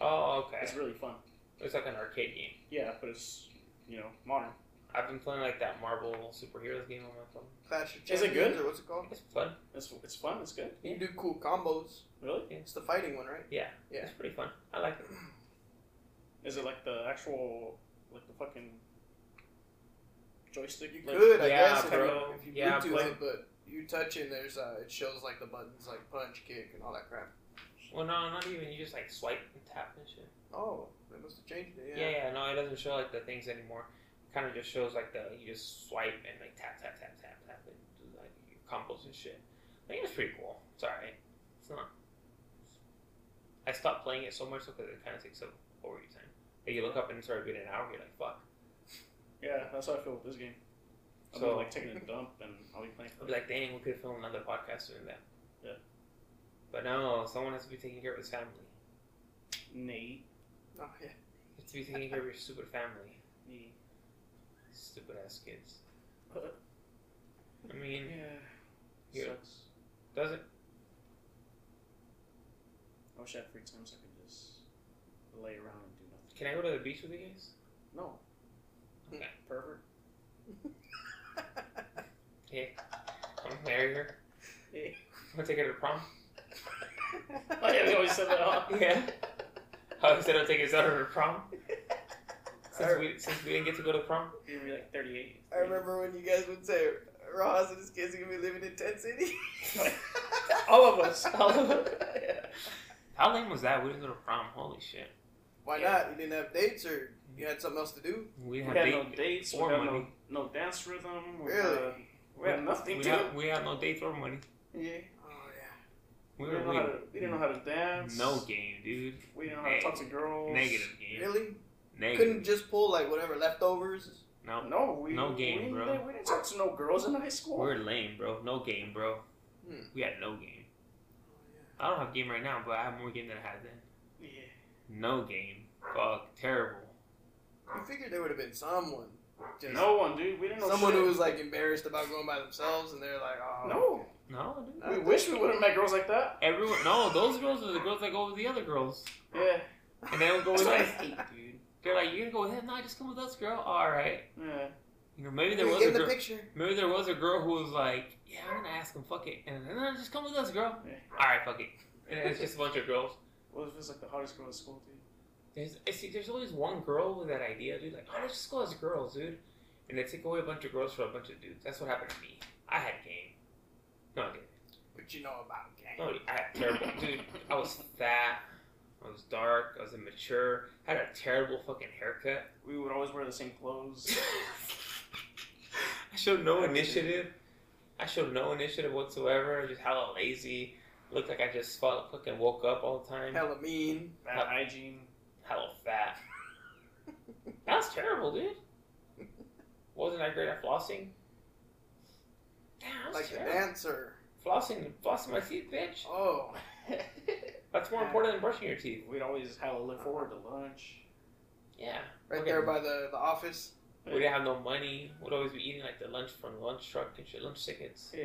[SPEAKER 3] Oh,
[SPEAKER 1] It's
[SPEAKER 3] okay.
[SPEAKER 1] really fun.
[SPEAKER 3] It's like an arcade game.
[SPEAKER 1] Yeah, but it's you know modern.
[SPEAKER 3] I've been playing like that Marvel superheroes game on my phone.
[SPEAKER 2] Clash of
[SPEAKER 1] Is
[SPEAKER 2] Champions.
[SPEAKER 1] it good?
[SPEAKER 2] Or what's it called?
[SPEAKER 3] It's fun.
[SPEAKER 1] It's it's fun. It's good.
[SPEAKER 2] You do cool combos.
[SPEAKER 1] Really?
[SPEAKER 2] It's the fighting one, right?
[SPEAKER 3] Yeah.
[SPEAKER 2] Yeah.
[SPEAKER 3] It's pretty fun. I like it.
[SPEAKER 1] Is it like the actual like the fucking joystick?
[SPEAKER 2] You
[SPEAKER 1] like-
[SPEAKER 2] could, I
[SPEAKER 3] Yeah,
[SPEAKER 2] guess, if you,
[SPEAKER 3] bro.
[SPEAKER 2] if you
[SPEAKER 3] Yeah,
[SPEAKER 2] Bluetooth
[SPEAKER 3] play-
[SPEAKER 2] it, but you you touch it, and there's uh, it shows like the buttons like punch, kick, and all that crap.
[SPEAKER 3] Well, no, not even. You just like swipe and tap and shit.
[SPEAKER 2] Oh, they must have changed it.
[SPEAKER 3] Yeah, yeah. No, it doesn't show like the things anymore. It kind of just shows like the you just swipe and like tap, tap, tap, tap, tap, and do, like your combos and shit. I think it's pretty cool. It's alright. It's not. I stopped playing it so much because it kind of takes up over your time. Like you look up and it's already been an hour. You're like, fuck.
[SPEAKER 1] Yeah, that's how I feel with this game. I'm
[SPEAKER 3] So-
[SPEAKER 1] like taking a dump and I'll be playing.
[SPEAKER 3] I'll be like, dang, we could film another podcast doing that.
[SPEAKER 1] Yeah.
[SPEAKER 3] But no, someone has to be taking care of his family.
[SPEAKER 1] Nate.
[SPEAKER 2] Oh, yeah.
[SPEAKER 3] You have to be taking care of your stupid family.
[SPEAKER 1] Nate.
[SPEAKER 3] Stupid ass kids. I mean,
[SPEAKER 1] Yeah.
[SPEAKER 3] Yeah.
[SPEAKER 1] Sucks.
[SPEAKER 3] does it?
[SPEAKER 1] I wish I had free time so I could just lay around and do nothing.
[SPEAKER 3] Can I go to the beach with you guys?
[SPEAKER 1] No.
[SPEAKER 3] Okay.
[SPEAKER 1] <laughs> Pervert.
[SPEAKER 3] Hey, I'm gonna marry her.
[SPEAKER 1] Hey.
[SPEAKER 3] I'm gonna take her to prom.
[SPEAKER 1] <laughs> Oh yeah, we always said that. Huh?
[SPEAKER 3] Yeah. I said I'll take his daughter to prom. Since we, since we didn't get to go to prom.
[SPEAKER 1] <laughs> You're gonna be like 38.
[SPEAKER 2] I remember when you guys would say Rojas and his kids are gonna be living in Tent City.
[SPEAKER 1] <laughs> All of us.
[SPEAKER 3] All of us. How lame was that? We didn't go to prom. Holy shit.
[SPEAKER 2] Why
[SPEAKER 1] Yeah.
[SPEAKER 2] not? You didn't have dates, or you had something else to do?
[SPEAKER 3] We
[SPEAKER 1] We
[SPEAKER 3] didn't
[SPEAKER 1] had
[SPEAKER 3] have
[SPEAKER 1] no
[SPEAKER 3] date-
[SPEAKER 1] dates. We
[SPEAKER 3] or
[SPEAKER 1] had no,
[SPEAKER 3] money.
[SPEAKER 1] no dance rhythm. We
[SPEAKER 2] Really?
[SPEAKER 1] Had, we had nothing
[SPEAKER 3] we
[SPEAKER 1] to. <laughs>
[SPEAKER 3] had, we had no dates or money.
[SPEAKER 1] yeah.
[SPEAKER 2] Oh yeah.
[SPEAKER 3] We
[SPEAKER 1] We
[SPEAKER 3] were
[SPEAKER 1] didn't, know how to, we didn't know how to dance.
[SPEAKER 3] no game, dude.
[SPEAKER 1] We didn't know how to talk to girls.
[SPEAKER 3] Negative game.
[SPEAKER 2] Really? Couldn't
[SPEAKER 3] Negative.
[SPEAKER 2] just pull like whatever leftovers.
[SPEAKER 3] No,
[SPEAKER 1] No, we
[SPEAKER 3] No game,
[SPEAKER 1] we,
[SPEAKER 3] bro.
[SPEAKER 1] Didn't, we didn't talk to no girls in high school.
[SPEAKER 3] we're lame, bro. No game, bro.
[SPEAKER 2] Hmm.
[SPEAKER 3] We had no game.
[SPEAKER 2] Oh, yeah.
[SPEAKER 3] I don't have game right now, but I have more game than I had then.
[SPEAKER 1] yeah.
[SPEAKER 3] No game. Fuck. Terrible.
[SPEAKER 2] You figured there would have been someone. Just
[SPEAKER 1] No one, dude. We didn't know
[SPEAKER 2] Someone
[SPEAKER 1] shit.
[SPEAKER 2] who was like embarrassed about going by themselves, and they're like, oh
[SPEAKER 1] No,
[SPEAKER 3] No, dude.
[SPEAKER 1] we wish we would have met girls like that.
[SPEAKER 3] Everyone, no, those girls are the girls that go with the other girls.
[SPEAKER 1] Yeah,
[SPEAKER 3] And they
[SPEAKER 2] <laughs>
[SPEAKER 3] don't go
[SPEAKER 1] that's
[SPEAKER 3] with
[SPEAKER 1] what I
[SPEAKER 3] us.
[SPEAKER 1] hate, dude.
[SPEAKER 3] They're like, you're gonna go with him? No, just come with us, girl. All right.
[SPEAKER 1] Yeah,
[SPEAKER 3] You know, maybe there
[SPEAKER 2] You're
[SPEAKER 3] was a
[SPEAKER 2] in the
[SPEAKER 3] girl.
[SPEAKER 2] picture.
[SPEAKER 3] Maybe there was a girl who was like, yeah, I'm gonna ask him. Fuck it. And then no, just come with us, girl.
[SPEAKER 1] Yeah.
[SPEAKER 3] All right, fuck it. And it's just a bunch of girls.
[SPEAKER 1] what if it's like the hottest girl in school, dude?
[SPEAKER 3] There's, I see, there's always one girl with that idea, dude. Like, oh, let's just go as girls, dude. And they take away a bunch of girls for a bunch of dudes. That's what happened to me. I had game. No, I didn't.
[SPEAKER 2] But you know about gang.
[SPEAKER 3] No, I had terrible, <laughs> dude. I was fat. I was dark. I was immature. I had a terrible fucking haircut.
[SPEAKER 1] <laughs>
[SPEAKER 3] <laughs>
[SPEAKER 1] We would always wear the same clothes.
[SPEAKER 3] I showed no initiative. I showed no initiative whatsoever. I just hella lazy. Looked like I just fu- fucking woke up all the
[SPEAKER 2] <laughs>
[SPEAKER 3] time.
[SPEAKER 2] Hella mean.
[SPEAKER 1] Bad hygiene.
[SPEAKER 3] Hella fat. That was terrible, dude. Wasn't I great at flossing? Damn, that was
[SPEAKER 2] Like the
[SPEAKER 3] terrible.
[SPEAKER 2] dancer.
[SPEAKER 3] Flossing, flossing my teeth, bitch.
[SPEAKER 2] Oh.
[SPEAKER 3] That's more important than brushing your teeth.
[SPEAKER 1] We'd always have to look forward to lunch.
[SPEAKER 3] Yeah.
[SPEAKER 2] Right
[SPEAKER 3] Okay.
[SPEAKER 2] there by the, the office.
[SPEAKER 3] We didn't have no money. We'd always be eating like the lunch from the lunch truck and shit, lunch tickets.
[SPEAKER 1] <laughs>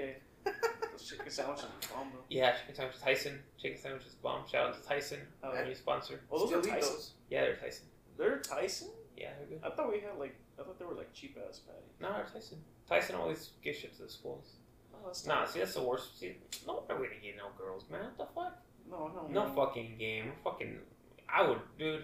[SPEAKER 1] Yeah, those chicken sandwiches were bomb, bro.
[SPEAKER 3] Yeah, chicken sandwiches Tyson. Chicken sandwiches bomb. Shout out to Tyson,
[SPEAKER 1] Oh,
[SPEAKER 3] our new sponsor.
[SPEAKER 1] Oh, those
[SPEAKER 2] Still
[SPEAKER 1] are
[SPEAKER 2] eat
[SPEAKER 1] Tyson.
[SPEAKER 2] those.
[SPEAKER 3] Yeah, they're Tyson.
[SPEAKER 1] They're Tyson.
[SPEAKER 3] Yeah, they're good.
[SPEAKER 1] I thought we had like I thought they were like cheap ass patties.
[SPEAKER 3] No, they're Tyson. Tyson always gives shit to the schools.
[SPEAKER 1] Oh, that's
[SPEAKER 3] Nah, see, that's the worst. See, no wonder we didn't get no girls, man. What the fuck?
[SPEAKER 1] No, no,
[SPEAKER 3] No fucking game. Fucking, I would, dude.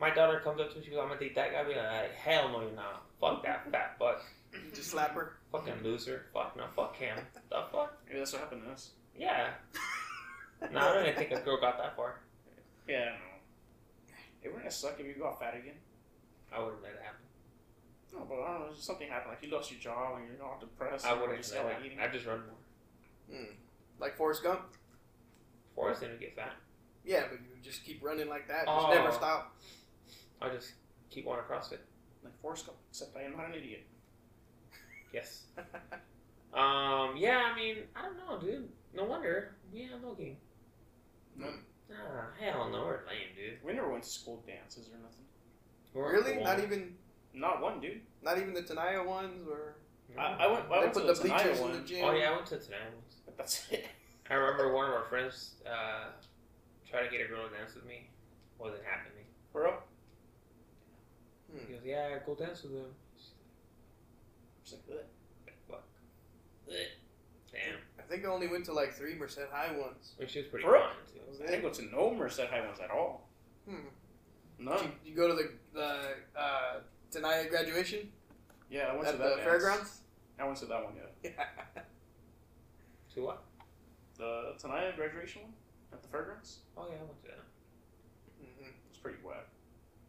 [SPEAKER 3] My daughter comes up to me, she goes, I'm gonna date that guy. I'd be like, hell no, you're not. Fuck that fat fuck.
[SPEAKER 2] You just slap her.
[SPEAKER 3] Fucking loser. Fuck no, fuck him. The fuck?
[SPEAKER 1] Maybe that's what happened to us.
[SPEAKER 3] Yeah. No, I don't even think a girl got that far.
[SPEAKER 1] Yeah, I don't know. It wouldn't it suck if you got fat again.
[SPEAKER 3] I wouldn't let it happen.
[SPEAKER 1] No, but I don't know. Just something happened. Like you lost your job and you're all depressed.
[SPEAKER 3] I
[SPEAKER 1] and you
[SPEAKER 3] wouldn't
[SPEAKER 1] Just
[SPEAKER 3] let it
[SPEAKER 1] like
[SPEAKER 3] happen.
[SPEAKER 1] eating.
[SPEAKER 3] I'd just run more.
[SPEAKER 2] Hmm. Like Forrest Gump?
[SPEAKER 3] Forrest didn't get fat.
[SPEAKER 2] Yeah, but you just keep running like that. Just
[SPEAKER 3] Oh.
[SPEAKER 2] never stop.
[SPEAKER 3] I'll just keep going to CrossFit.
[SPEAKER 1] Like Forrest Gump, except I am not an idiot.
[SPEAKER 3] Yes. Um. Yeah. I mean, I don't know, dude. No wonder we have no game.
[SPEAKER 1] No.
[SPEAKER 3] Nah, hell no, we're lame, dude.
[SPEAKER 1] We never went to school dances or nothing.
[SPEAKER 3] We're
[SPEAKER 2] Really?
[SPEAKER 3] lame.
[SPEAKER 2] Not even
[SPEAKER 1] Not one, dude.
[SPEAKER 2] not even the Tenaya ones or
[SPEAKER 1] I, I went. I
[SPEAKER 2] they
[SPEAKER 1] went
[SPEAKER 2] put
[SPEAKER 1] to
[SPEAKER 2] the
[SPEAKER 1] the Tenaya
[SPEAKER 2] bleachers in the
[SPEAKER 1] one,
[SPEAKER 2] gym.
[SPEAKER 3] Oh yeah, I went to tonight once.
[SPEAKER 1] but that's <laughs> it.
[SPEAKER 3] I remember one of our friends uh, tried to get a girl to dance with me. Wasn't happening.
[SPEAKER 1] Bro, Hmm.
[SPEAKER 3] He goes, "Yeah, go dance with him." She's
[SPEAKER 1] it's like, "Ugh."
[SPEAKER 3] like, "Fuck." Damn.
[SPEAKER 2] I think I only went to like three Merced High ones.
[SPEAKER 3] Well, she was pretty
[SPEAKER 1] For real?
[SPEAKER 3] fine too.
[SPEAKER 2] Was
[SPEAKER 1] I didn't
[SPEAKER 2] it?
[SPEAKER 1] go to no Merced High ones at all.
[SPEAKER 2] Hmm.
[SPEAKER 1] None.
[SPEAKER 2] You, you go to the the uh, Tenaya graduation
[SPEAKER 1] Yeah, I went
[SPEAKER 2] at
[SPEAKER 1] to
[SPEAKER 2] the
[SPEAKER 1] <laughs> that dance.
[SPEAKER 2] fairgrounds.
[SPEAKER 1] I went to that one. Yeah.
[SPEAKER 2] Yeah.
[SPEAKER 3] To what?
[SPEAKER 1] The Tanaya graduation one at the fairgrounds.
[SPEAKER 3] Oh yeah, I went to that.
[SPEAKER 2] Mm-hmm.
[SPEAKER 1] It's pretty whack.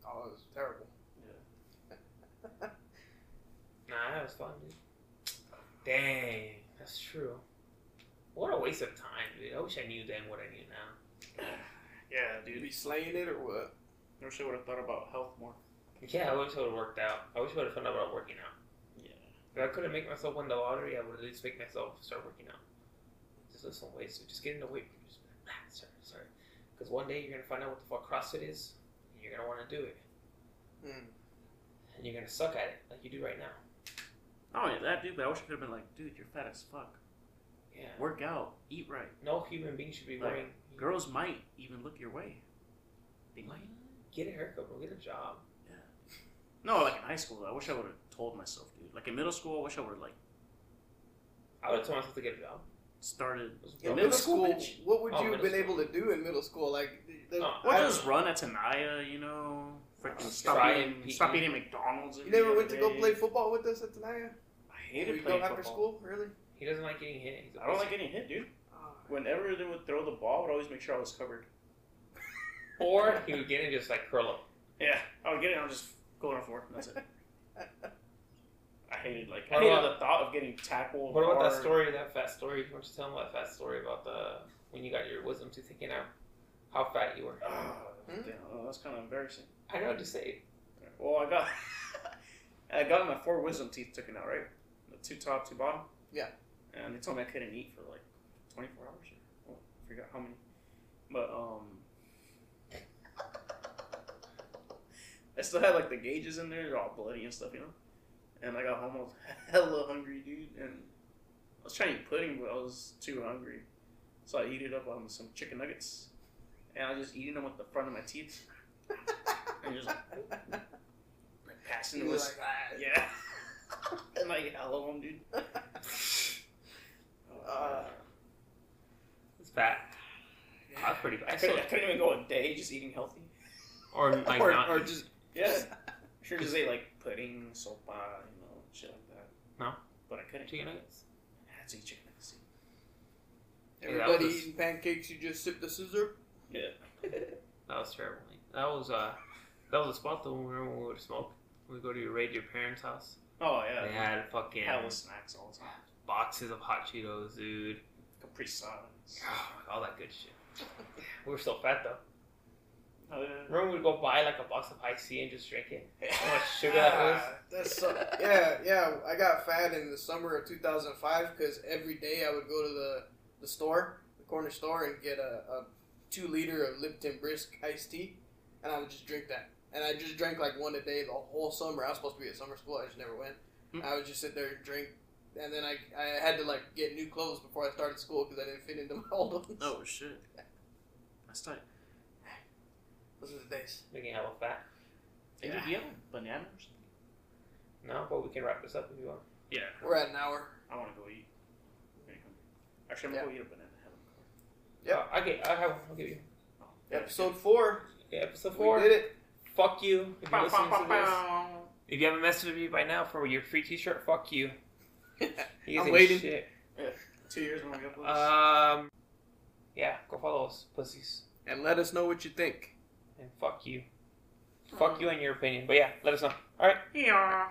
[SPEAKER 2] Oh, it was terrible.
[SPEAKER 1] Yeah.
[SPEAKER 3] Nah, that was fun, dude. Dang, that's true. What a waste of time, dude. I wish I knew then what I knew now.
[SPEAKER 1] <sighs> Yeah,
[SPEAKER 2] Did you
[SPEAKER 1] dude.
[SPEAKER 2] be slaying it or what?
[SPEAKER 1] I wish I would have thought about health more.
[SPEAKER 3] Yeah, I wish I would have worked out. I wish I would have found out about working out.
[SPEAKER 1] Yeah.
[SPEAKER 3] If I couldn't make myself win the lottery, I would at least make myself start working out. Just listen, ways to just get in the weight. room. Just be like, ah, sorry, sorry. Because one day you're gonna find out what the fuck CrossFit is, and you're gonna want to do it,
[SPEAKER 2] Mm.
[SPEAKER 3] and you're gonna suck at it like you do right now.
[SPEAKER 1] Not only Oh, that, dude, but I wish I could have been like, dude, you're fat as fuck.
[SPEAKER 3] Yeah.
[SPEAKER 1] Work out, eat right.
[SPEAKER 3] No human being should be
[SPEAKER 1] Like,
[SPEAKER 3] wearing.
[SPEAKER 1] Girls might even look your way. They
[SPEAKER 3] What?
[SPEAKER 1] might.
[SPEAKER 3] Get a haircut, bro. Get a job.
[SPEAKER 1] No, like in high school, I wish I would have told myself, dude. Like in middle school, I wish I would have like
[SPEAKER 3] I would have told myself to get a job.
[SPEAKER 1] started
[SPEAKER 3] It was
[SPEAKER 2] In
[SPEAKER 1] Yeah,
[SPEAKER 2] middle
[SPEAKER 3] broke.
[SPEAKER 1] middle school,
[SPEAKER 2] school,
[SPEAKER 1] bitch.
[SPEAKER 2] what would
[SPEAKER 3] Oh,
[SPEAKER 2] you have
[SPEAKER 3] middle
[SPEAKER 2] been able
[SPEAKER 3] school.
[SPEAKER 2] to do in middle school? Like, th- there-
[SPEAKER 3] No,
[SPEAKER 1] Or
[SPEAKER 3] I-
[SPEAKER 1] Oh, just run at Tanaya, you know. Freaking stop
[SPEAKER 3] Try
[SPEAKER 1] eating,
[SPEAKER 3] and eat-
[SPEAKER 1] stop eating McDonald's.
[SPEAKER 2] you
[SPEAKER 1] every
[SPEAKER 2] never
[SPEAKER 1] other
[SPEAKER 2] went to go
[SPEAKER 1] day.
[SPEAKER 2] play football with us at Tenaya?
[SPEAKER 1] I
[SPEAKER 2] Where
[SPEAKER 1] hated
[SPEAKER 2] you go
[SPEAKER 1] playing
[SPEAKER 2] after
[SPEAKER 1] football. School?
[SPEAKER 2] school, really?
[SPEAKER 3] He doesn't like getting hit. He's a
[SPEAKER 1] I don't
[SPEAKER 3] pussy.
[SPEAKER 1] like getting hit, dude.
[SPEAKER 2] Oh,
[SPEAKER 1] Whenever they would throw the ball, I would always make sure I was covered.
[SPEAKER 3] <laughs> Or he would get it and just like curl up.
[SPEAKER 1] Yeah, I would get it. and I would just go on four. and
[SPEAKER 2] <laughs>
[SPEAKER 1] That's it. I hated like I
[SPEAKER 3] What
[SPEAKER 1] hated
[SPEAKER 3] about-
[SPEAKER 1] the thought of getting tackled.
[SPEAKER 3] What about that
[SPEAKER 1] hard.
[SPEAKER 3] story? That fat story? Why don't you tell him that fat story about the when you got your wisdom tooth taken out? How fat you were?
[SPEAKER 1] Ah,
[SPEAKER 2] Hmm?
[SPEAKER 1] damn, well, that's kind of embarrassing.
[SPEAKER 3] I know. Just say it.
[SPEAKER 1] Well, I got I got my four wisdom teeth taken out, right? The two top, two bottom.
[SPEAKER 2] Yeah.
[SPEAKER 1] And they told me I couldn't eat for like 24 hours. Or, oh, I forgot how many. But um, I still had like the gauges in there, they're all bloody and stuff, you know. And I got home, I was <laughs> hella hungry, dude. And I was trying to eat pudding, but I was too hungry, so I heated up on some chicken nuggets, and I was just eating them with the front of
[SPEAKER 2] <laughs>
[SPEAKER 1] my teeth, and just like passing
[SPEAKER 2] You
[SPEAKER 1] the
[SPEAKER 2] were
[SPEAKER 1] whistle.
[SPEAKER 2] like, ah,
[SPEAKER 1] Yeah. and like hello him, dude. <laughs>
[SPEAKER 2] Uh,
[SPEAKER 3] It's fat. That's pretty
[SPEAKER 1] I
[SPEAKER 3] bad.
[SPEAKER 1] couldn't, I couldn't even go a day just eating healthy.
[SPEAKER 3] or like
[SPEAKER 2] or,
[SPEAKER 3] not.
[SPEAKER 2] or just
[SPEAKER 1] Yeah. Sure just ate like pudding, sopa, you know, shit like that.
[SPEAKER 3] No.
[SPEAKER 1] But I couldn't.
[SPEAKER 3] chicken nuggets.
[SPEAKER 1] I had to eat chicken nuggets.
[SPEAKER 3] Yeah, that
[SPEAKER 2] everybody
[SPEAKER 3] was-
[SPEAKER 2] eating pancakes, you just sip the scissor?
[SPEAKER 1] Yeah.
[SPEAKER 3] That was terrible. That was uh, that was a spot though. Remember when we would smoke? We would go to your raid your parents' house.
[SPEAKER 1] Oh
[SPEAKER 3] They
[SPEAKER 1] yeah.
[SPEAKER 3] had fucking
[SPEAKER 1] Hella snacks all the time.
[SPEAKER 3] boxes of hot Cheetos, dude. <sighs>
[SPEAKER 1] Capri Suns.
[SPEAKER 3] All that good shit. We were so fat though.
[SPEAKER 1] Oh, <laughs>
[SPEAKER 3] Remember we'd go buy like a box of high C and just drink it.
[SPEAKER 1] yeah.
[SPEAKER 3] How much sugar that was?
[SPEAKER 2] That's so, yeah, yeah. I got fat in the summer of 2005 because every day I would go to the, the store, the corner store, and get a, a two liter of Lipton Brisk iced tea, and I would just drink that. And I just drank like one a day the whole summer. I was supposed to be at summer school, I just never went.
[SPEAKER 1] Hmm.
[SPEAKER 2] I would just sit there and drink, and then I, I had to like get new clothes before I started school because I didn't fit into my <laughs> old ones.
[SPEAKER 1] Oh shit. I started.
[SPEAKER 2] Those are the days.
[SPEAKER 3] Making hella fat.
[SPEAKER 1] Did
[SPEAKER 2] Yeah.
[SPEAKER 1] you get a banana or something?
[SPEAKER 3] No, but we can wrap this up if you want.
[SPEAKER 1] Yeah.
[SPEAKER 2] We're at an hour.
[SPEAKER 1] I want to go eat. I'm very hungry. Actually, I'm gonna go eat a banana. Have a-
[SPEAKER 2] Yep.
[SPEAKER 3] Uh, okay, I have. I'll give you.
[SPEAKER 1] Oh,
[SPEAKER 2] Episode four.
[SPEAKER 3] Okay, episode
[SPEAKER 2] We
[SPEAKER 3] four.
[SPEAKER 2] did it.
[SPEAKER 3] Fuck you. If you're
[SPEAKER 1] Bow, bow,
[SPEAKER 3] listening
[SPEAKER 1] bow,
[SPEAKER 3] to this,
[SPEAKER 1] bow.
[SPEAKER 3] if you haven't messaged me by now for your free T-shirt,
[SPEAKER 2] <laughs>
[SPEAKER 3] fuck you. You guys
[SPEAKER 2] I'm
[SPEAKER 3] ain't
[SPEAKER 2] waiting.
[SPEAKER 3] Shit.
[SPEAKER 1] Two years when we upload. this.
[SPEAKER 3] Um. Yeah, go follow us, pussies,
[SPEAKER 2] And let us know what you think.
[SPEAKER 3] and fuck you. Fuck you and your opinion. But yeah, let us know. All right.
[SPEAKER 1] Yeah.